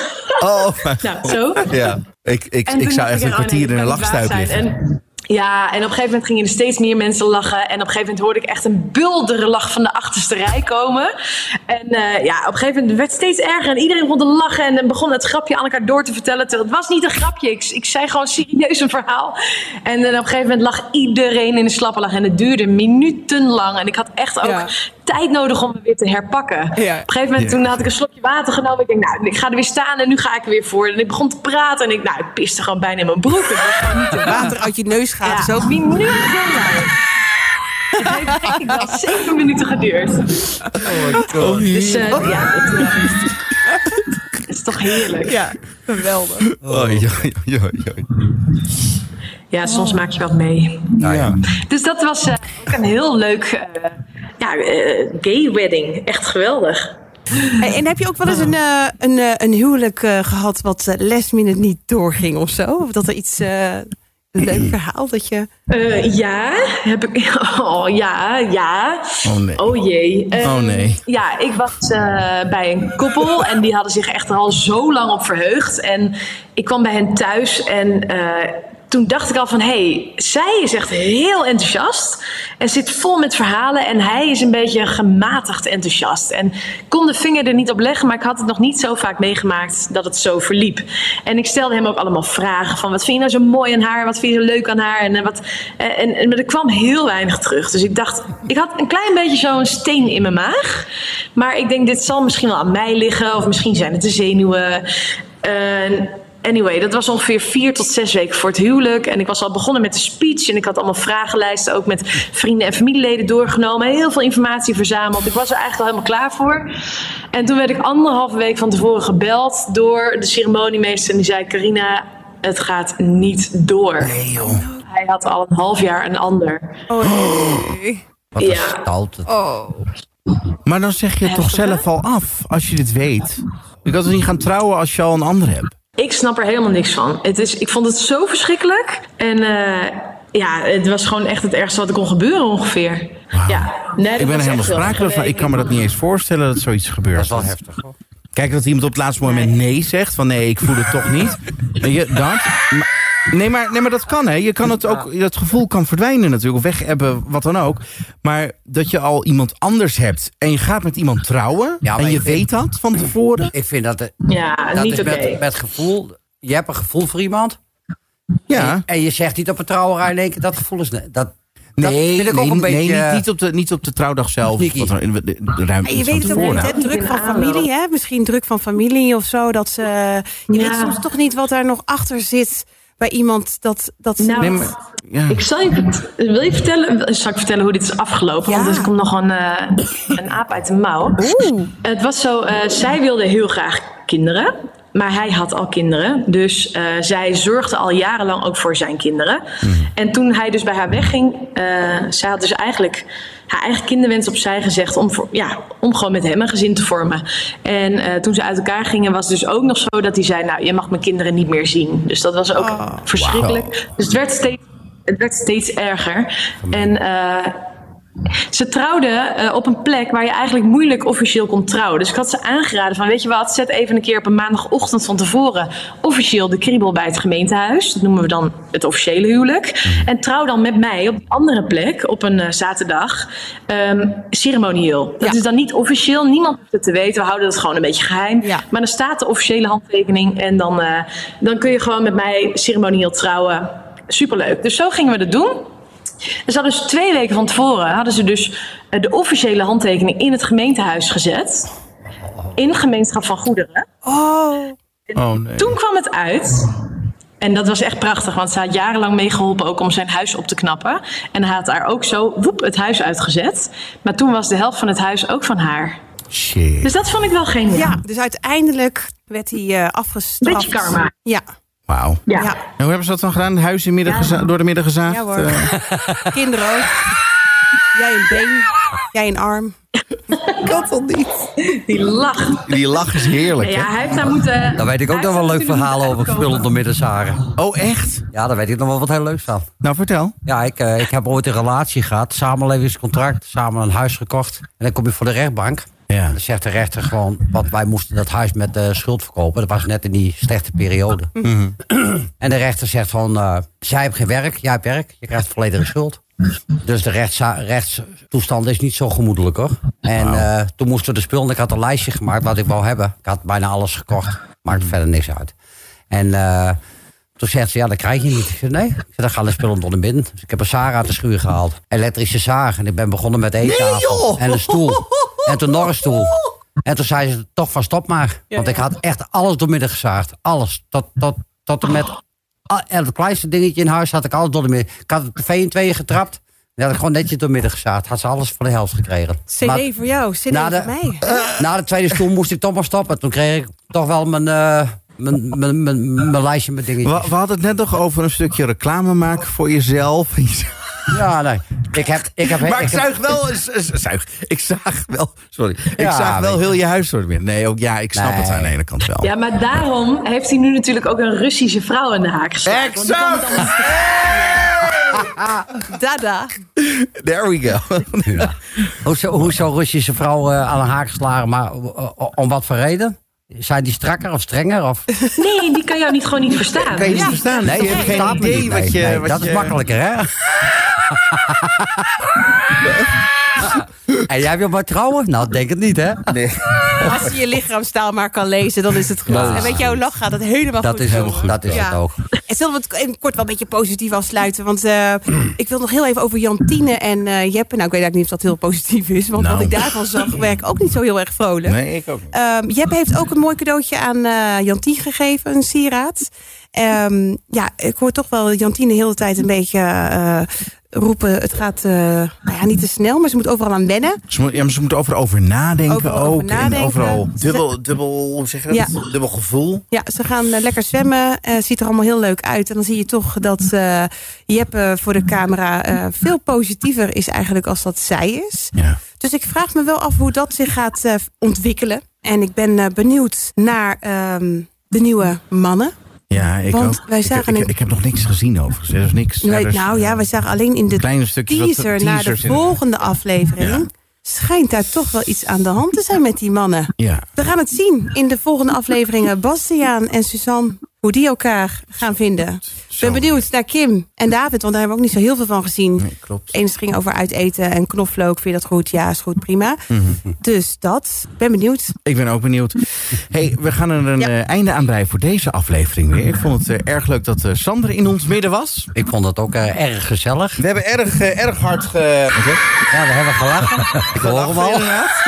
S3: Oh, mijn
S5: Nou, zo.
S3: Ja, ik, ik,
S5: En
S3: ik
S5: toen
S3: zou
S5: dacht
S3: echt een
S5: ik er, oh nee,
S3: kwartier in
S5: dit
S3: een
S5: kan niet
S3: lachstuip
S5: waar zijn.
S3: liggen.
S5: En, ja, en op een gegeven moment gingen er steeds meer mensen lachen. En op een gegeven moment hoorde ik echt een buldere lach van de achterste rij komen. En eh, ja, op een gegeven moment werd het steeds erger. En iedereen begon te lachen en dan begon het grapje aan elkaar door te vertellen. Terwijl het was niet een grapje. Ik, ik zei gewoon serieus een verhaal. En dan op een gegeven moment lag iedereen in de slappe lach. En het duurde minutenlang. En ik had echt ook
S2: Ja.
S5: tijd nodig om me weer te herpakken. Op een gegeven moment
S3: Ja.
S5: toen had ik een slokje water genomen. Ik denk, nou, ik ga er weer staan en nu ga ik er weer voor. En ik begon te praten en ik, nou, ik piste gewoon bijna in mijn broek. Het was gewoon niet te
S2: Water uit je neus gaat.
S5: ja.
S2: is ook
S5: wie nu nou? Het heeft denk ik wel zeven minuten geduurd.
S3: Oh
S5: Dus eh, ja, dat eh, het is toch heerlijk. Ja,
S2: Ja, geweldig.
S3: Oh, joi, joi, joi.
S5: soms maak je wat mee.
S3: Nou ja.
S5: Dus dat was eh, ook een heel leuk eh, ja, eh, gay wedding. Echt geweldig.
S2: Hey, en heb je ook wel eens een, eh, een, eh, een huwelijk eh, gehad wat eh, last minute niet doorging of zo? Of dat er iets, eh, een leuk verhaal dat je...
S5: Eh, ja, heb ik. Oh ja, ja.
S3: Oh, nee.
S5: jee. Eh,
S3: Oh, nee.
S5: Ja, ik was eh, bij een koppel en die hadden zich echt er al zo lang op verheugd. En ik kwam bij hen thuis en eh, toen dacht ik al van... hé, hey, zij is echt heel enthousiast en zit vol met verhalen... en hij is een beetje gematigd enthousiast. En ik kon de vinger er niet op leggen, maar ik had het nog niet zo vaak meegemaakt... dat het zo verliep. En ik stelde hem ook allemaal vragen van... wat vind je nou zo mooi aan haar, wat vind je leuk aan haar? En, eh, wat, en, en, en maar er kwam heel weinig terug. Dus ik dacht, ik had een klein beetje zo'n steen in mijn maag... Maar ik denk, dit zal misschien wel aan mij liggen. Of misschien zijn het de zenuwen. Eh, anyway, dat was ongeveer vier tot zes weken voor het huwelijk. En ik was al begonnen met de speech. En ik had allemaal vragenlijsten ook met vrienden en familieleden doorgenomen. Heel veel informatie verzameld. Ik was er eigenlijk al helemaal klaar voor. En toen werd ik anderhalve week van tevoren gebeld door de ceremoniemeester. En die zei, Carina, het gaat niet door. Hij had al een half jaar een ander.
S2: Oh, nee.
S4: Wat een
S5: Ja.
S4: stoute
S3: Maar dan zeg je het toch zelf al af, als je dit weet. Je kan toch niet gaan trouwen als je al een ander hebt?
S5: Ik snap er helemaal niks van. Het is, ik vond het zo verschrikkelijk. En eh, ja, het was gewoon echt het ergste wat er kon gebeuren ongeveer. Ja, nee, dat
S3: Ik ben
S5: was
S3: er helemaal
S5: echt wel-
S3: sprakeloos van. Ik kan me dat niet eens voorstellen dat zoiets
S4: Dat is
S3: gebeurt.
S4: wel
S2: Oh.
S4: heftig hoor.
S3: Kijk, dat iemand op het laatste moment nee zegt. Van nee, ik voel het toch niet. Weet je, dat. Maar- nee, maar, nee, maar dat kan hè. Je kan het ook, dat gevoel kan verdwijnen natuurlijk. Of weg hebben, wat dan ook. Maar dat je al iemand anders hebt. En je gaat met iemand trouwen.
S4: Ja, maar
S3: en je
S4: ik vind-
S3: weet dat van tevoren.
S4: Ik vind dat, eh,
S5: Ja,
S4: dat
S5: niet
S4: is
S5: oké.
S4: met, met gevoel. Je hebt een gevoel voor iemand.
S3: Ja.
S4: En, en je zegt niet op een trouwerij in één keer, dat gevoel is... ne- Dat, dat
S3: Nee,
S4: vind ik ook
S3: nee,
S4: een
S3: nee,
S4: beetje... Ah,
S3: niet, niet, op de, niet op de trouwdag zelf.
S4: Sneaky.
S3: Wat er in de- de- de- Ruim
S2: En je
S3: iets van
S2: weet het ook
S3: tevoren.
S2: niet, hè? druk van familie, hè? misschien druk van familie of zo. Dat ze, je
S5: Ja.
S2: weet soms toch niet wat daar nog achter zit. bij iemand dat. dat
S5: Nou,
S3: Nee, maar, ja.
S5: Ik zal je, vert- wil je vertellen, zal ik vertellen hoe dit is afgelopen?
S2: Ja.
S5: Want er komt nog een, eh, een aap uit de mouw.
S2: Oeh.
S5: Het was zo, eh, zij wilde heel graag kinderen. Maar hij had al kinderen. Dus eh, zij zorgde al jarenlang ook voor zijn kinderen. En toen hij dus bij haar wegging, eh, zij had dus eigenlijk haar eigen kinderwens opzij gezegd om, voor, ja, om gewoon met hem een gezin te vormen. En eh, toen ze uit elkaar gingen, was het dus ook nog zo dat hij zei: Nou, je mag mijn kinderen niet meer zien. Dus dat was ook verschrikkelijk. Dus het werd steeds, het werd steeds erger. En eh, ze trouwde eh, op een plek waar je eigenlijk moeilijk officieel kon trouwen. Dus ik had ze aangeraden van, weet je wat, zet even een keer op een maandagochtend van tevoren officieel de kriebel bij het gemeentehuis. Dat noemen we dan het officiële huwelijk.
S2: Mhm.
S5: En trouw dan met mij op een andere plek op een eh, zaterdag ehm, ceremonieel. Dat
S2: Ja.
S5: is dan niet officieel, niemand hoeft het te weten. We houden dat gewoon een beetje geheim.
S2: Ja.
S5: Maar dan staat de officiële handtekening en dan, eh, dan kun je gewoon met mij ceremonieel trouwen. Superleuk. Dus zo gingen we dat doen. Dus hadden ze twee weken van tevoren hadden ze dus eh, de officiële handtekening in het gemeentehuis gezet. In gemeenschap van goederen.
S2: Oh.
S3: Oh nee.
S5: Toen kwam het uit. En dat was echt prachtig, want ze had jarenlang meegeholpen ook om zijn huis op te knappen. En hij had daar ook zo woep, het huis uitgezet. Maar toen was de helft van het huis ook van haar.
S3: Shit.
S5: Dus dat vond ik wel geniaal.
S2: Ja, dus uiteindelijk werd hij eh, afgestraft.
S5: Beetje karma.
S2: Ja.
S3: Wauw.
S5: Ja.
S2: ja.
S3: En hoe hebben ze dat dan gedaan? Huis in midden geza- door de midden gezaagd?
S2: Ja hoor.
S3: Eh,
S2: Kinderen ook. Jij een been, jij een arm. Ik had al niet.
S5: Die lach.
S3: die lach is heerlijk,
S5: Ja,
S3: hè?
S5: hij heeft daar moeten...
S4: Dan weet ik ook
S5: hij
S4: nog wel een
S5: heeft
S4: leuk
S5: daar
S4: verhaal
S5: natuurlijk
S4: over
S5: moeten
S4: spullen door middenzaren.
S3: Oh, echt?
S4: Ja, daar weet ik nog wel wat heel leuks van.
S3: Nou, vertel.
S4: Ja, ik, eh, ik heb ooit een relatie gehad, samenlevingscontract, samen een huis gekocht. En dan kom je voor de rechtbank.
S3: Ja.
S4: En dan zegt de rechter gewoon, want wij moesten dat huis met eh, schuld verkopen. Dat was net in die slechte periode. En de rechter zegt van, eh, zij heeft geen werk, jij hebt werk, je krijgt volledige schuld. Dus de rechtsza- rechtstoestand is niet zo gemoedelijk hoor. En eh, toen moesten we de spullen, ik had een lijstje gemaakt wat ik wou hebben. Ik had bijna alles gekocht, maakt verder niks uit. En eh, toen zegt ze, ja dat krijg je niet. Ik zeg, nee, ik zeg, dan gaan de spullen onder de binnen. Dus ik heb een Sarah uit de schuur gehaald. Elektrische zaag en ik ben begonnen met eettafel. en een stoel. En toen nog een stoel. En toen zei ze toch van stop maar. Want ik had echt alles doormidden gezaagd. Alles. Tot, tot, tot en met Ah, En het kleinste dingetje in huis had ik alles door de midden. Ik had het tv in tweeën getrapt. En had ik gewoon netjes doormidden gezaagd. Had ze alles van de helft gekregen.
S2: CD
S4: Maar
S2: voor jou, CD
S4: na
S2: voor
S4: de,
S2: mij.
S4: na de tweede stoel moest ik toch maar stoppen. Toen kreeg ik toch wel mijn, eh, mijn, mijn, mijn, mijn lijstje met
S3: We,
S4: dingetjes.
S3: we hadden het net nog over een stukje reclame maken voor jezelf.
S4: Ja, nee. Ik heb, ik heb,
S3: maar ik
S4: ik heb-
S3: zuig wel... z- z- Zuig. Ik zaag wel... Sorry. Ik
S4: Ja,
S3: zaag wel
S4: weet
S3: heel je huis door de midden. Nee, ook ja, ik snap
S4: Nee.
S3: het aan de ene kant wel.
S5: Ja, maar daarom heeft hij nu natuurlijk ook een Russische vrouw in de haak geslagen. Want die kan het
S3: Exact!
S5: allemaal-
S2: Dada.
S3: There we go.
S4: Hoezo, hoezo Russische vrouw eh, aan een haak geslagen? Maar eh, om wat voor reden? Zijn die strakker of strenger? Of...
S5: Nee, die kan jou niet gewoon niet verstaan.
S3: Kan je niet
S5: Ja.
S3: verstaan? je
S4: Nee, dat
S3: hebt geen
S4: verstaat me
S3: idee
S4: niet.
S3: wat je...
S4: Nee, nee,
S3: wat
S4: dat
S3: je-
S4: is makkelijker, hè? en jij wil maar trouwen? Nou, denk het niet, hè?
S3: Nee.
S2: Als je je lichaamstaal maar kan lezen, dan is het goed.
S4: Dat is
S2: En met jouw lach gaat het helemaal
S4: Dat
S2: goed.
S4: is,
S2: komen.
S4: ook, dat is
S2: Ja.
S4: het ook.
S2: En zullen we het even kort wel een beetje positief afsluiten? Want eh, ik wil nog heel even over Jantine en eh Jeppe. Nou, ik weet eigenlijk niet of dat heel positief is. Want
S3: Nou.
S2: wat ik daarvan zag, werd ik ook niet zo heel erg vrolijk.
S3: Nee, ik ook niet.
S2: Ehm, Jeppe heeft ook een mooi cadeautje aan eh Jantien gegeven, een sieraad. Ehm, ja, ik hoor toch wel Jantine de hele tijd een beetje eh, roepen... het gaat eh, nou ja, niet te snel, maar ze moet overal aan wennen.
S3: Ze moet, ja, maar ze moet overal over nadenken
S2: Overal
S3: ook.
S2: over
S3: En
S2: nadenken.
S3: overal dubbel, dubbel, hoe zeg je dat?
S2: Ja.
S3: Dubbel gevoel.
S2: Ja, ze gaan eh, lekker zwemmen. eh ziet er allemaal heel leuk uit. En dan zie je toch dat eh Jeppe voor de camera eh, veel positiever is eigenlijk als dat zij is.
S3: Ja.
S2: Dus ik vraag me wel af hoe dat zich gaat eh, ontwikkelen. En ik ben eh, benieuwd naar ehm, de nieuwe mannen.
S3: Ja, ik
S2: Want
S3: ook.
S2: wij
S3: Ik-
S2: zagen
S3: ik, ik,
S2: een-
S3: ik heb nog niks gezien overigens. Er is niks.
S2: Nou,
S3: er is-
S2: nou ja, we zagen alleen in de
S3: dus, eh, Kleine stukjes wat de
S2: teaser naar de
S3: teasers in-
S2: volgende aflevering...
S3: Ja.
S2: schijnt daar toch wel iets aan de hand te zijn met die mannen.
S3: Ja.
S2: We gaan het zien in de volgende afleveringen. Bastiaan en Suzanne, hoe die elkaar gaan vinden. Ik
S3: Zo.
S2: ben benieuwd naar Kim en David, want daar hebben we ook niet zo heel veel van gezien.
S3: Nee, klopt.
S2: Eens ging over uit eten en knoflook. Vind je dat goed? Ja, is goed, prima.
S3: Mhm.
S2: Dus dat, ik ben benieuwd.
S3: Ik ben ook benieuwd. hey, we gaan er een
S2: Ja.
S3: eh, einde aan breien voor deze aflevering weer. Ik vond het eh, erg leuk dat eh Sander in ons midden was.
S4: Ik vond het ook eh, erg gezellig.
S3: We hebben erg, eh, erg hard ge...
S4: Ja, we hebben gelachen. Ik hoor hem al.
S3: Inderdaad.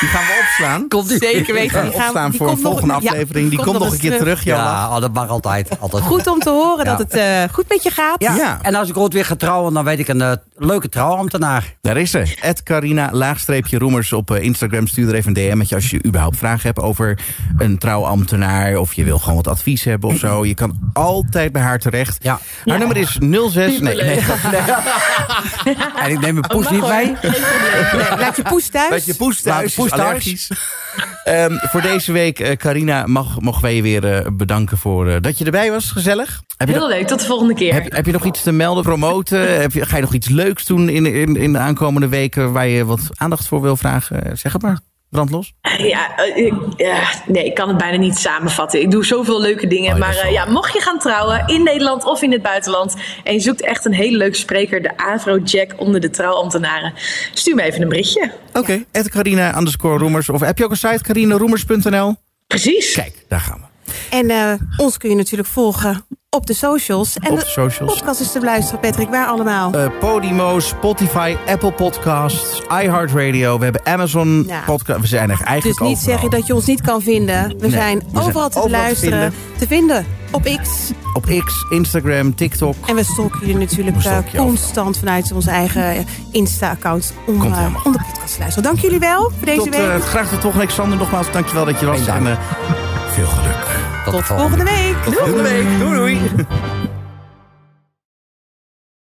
S3: Die gaan we opslaan.
S2: Zeker weten.
S3: Die gaan we opslaan
S2: die
S3: voor een
S2: komt nog-
S3: volgende
S2: ja,
S3: aflevering. die komt nog een
S2: eens
S3: keer terug, Jola.
S4: Ja, oh, dat mag altijd. altijd.
S2: Goed om te horen
S4: Ja.
S2: dat het eh, goed met je gaat.
S4: Ja.
S3: Ja.
S4: En als ik ooit weer ga trouwen, dan weet ik een eh, leuke trouwambtenaar.
S3: Daar is ze. Ed Carina, laagstreepje roemers op eh, Instagram. Stuur er even een DM met je als je überhaupt vragen hebt over een trouwambtenaar. Of je wil gewoon wat advies hebben of zo. Je kan altijd bij haar terecht.
S4: Ja.
S3: Haar nummer is 06... Nee, nee.
S4: En ik
S2: Oh,
S4: neem mijn poes niet mee.
S2: Nee, Eh, laat je poes thuis.
S3: Laat je poes
S4: Laat
S3: thuis.
S4: je poes
S3: is
S4: thuis.
S3: allergisch. Ehm, voor deze week, eh, Carina, mag, mogen wij je weer eh, bedanken voor eh, dat je erbij was. Gezellig. Heb je,
S5: Heel
S3: nog,
S5: leuk, tot de volgende keer.
S3: heb, heb je nog iets te melden, promoten? heb je, ga je nog iets leuks doen in, in, in de aankomende weken waar je wat aandacht voor wil vragen? Eh, Zeg het maar. Brandlos.
S5: Ja, eh, ik- eh, nee, ik kan het bijna niet samenvatten. Ik doe zoveel leuke dingen.
S3: Oh, ja, dat
S5: maar
S3: is
S5: eh,
S3: wel
S5: ja, mocht je gaan trouwen in Nederland of in het buitenland. en je zoekt echt een hele leuke spreker, de Afrojack onder de trouwambtenaren. stuur me even een berichtje.
S3: Oké, Ed Carina underscore Roemers. Of heb je ook een site, carinaroemers.nl?
S5: Precies.
S3: Kijk, daar gaan we.
S2: En eh, ons kun je natuurlijk volgen op de socials. En
S3: Op de socials.
S2: podcast is te beluisteren, Patrick. Waar allemaal?
S3: Eh, Podimo, Spotify, Apple Podcasts, iHeartRadio. We hebben Amazon
S2: Ja.
S3: Podcast. We zijn er eigenlijk
S2: dus niet
S3: overal.
S2: zeggen dat je ons niet kan vinden. We zijn overal
S3: zijn
S2: te
S3: overal te
S2: beluisteren. Te vinden op X.
S3: Op X, Instagram, TikTok.
S2: En we stalken jullie natuurlijk
S3: We
S2: eh,
S3: stalken je
S2: constant vanuit onze eigen eh, Insta-account om,
S3: Komt
S2: eh,
S3: helemaal
S2: om de podcast te luisteren. Dank jullie wel voor deze
S3: Tot
S2: week.
S3: eh, graag tot volgende week, Sander. Nogmaals, dankjewel dat je was.
S4: Geen
S3: En,
S4: dank.
S3: eh, veel geluk.
S4: de
S2: Tot volgende week.
S3: Tot volgende week. Doei doei.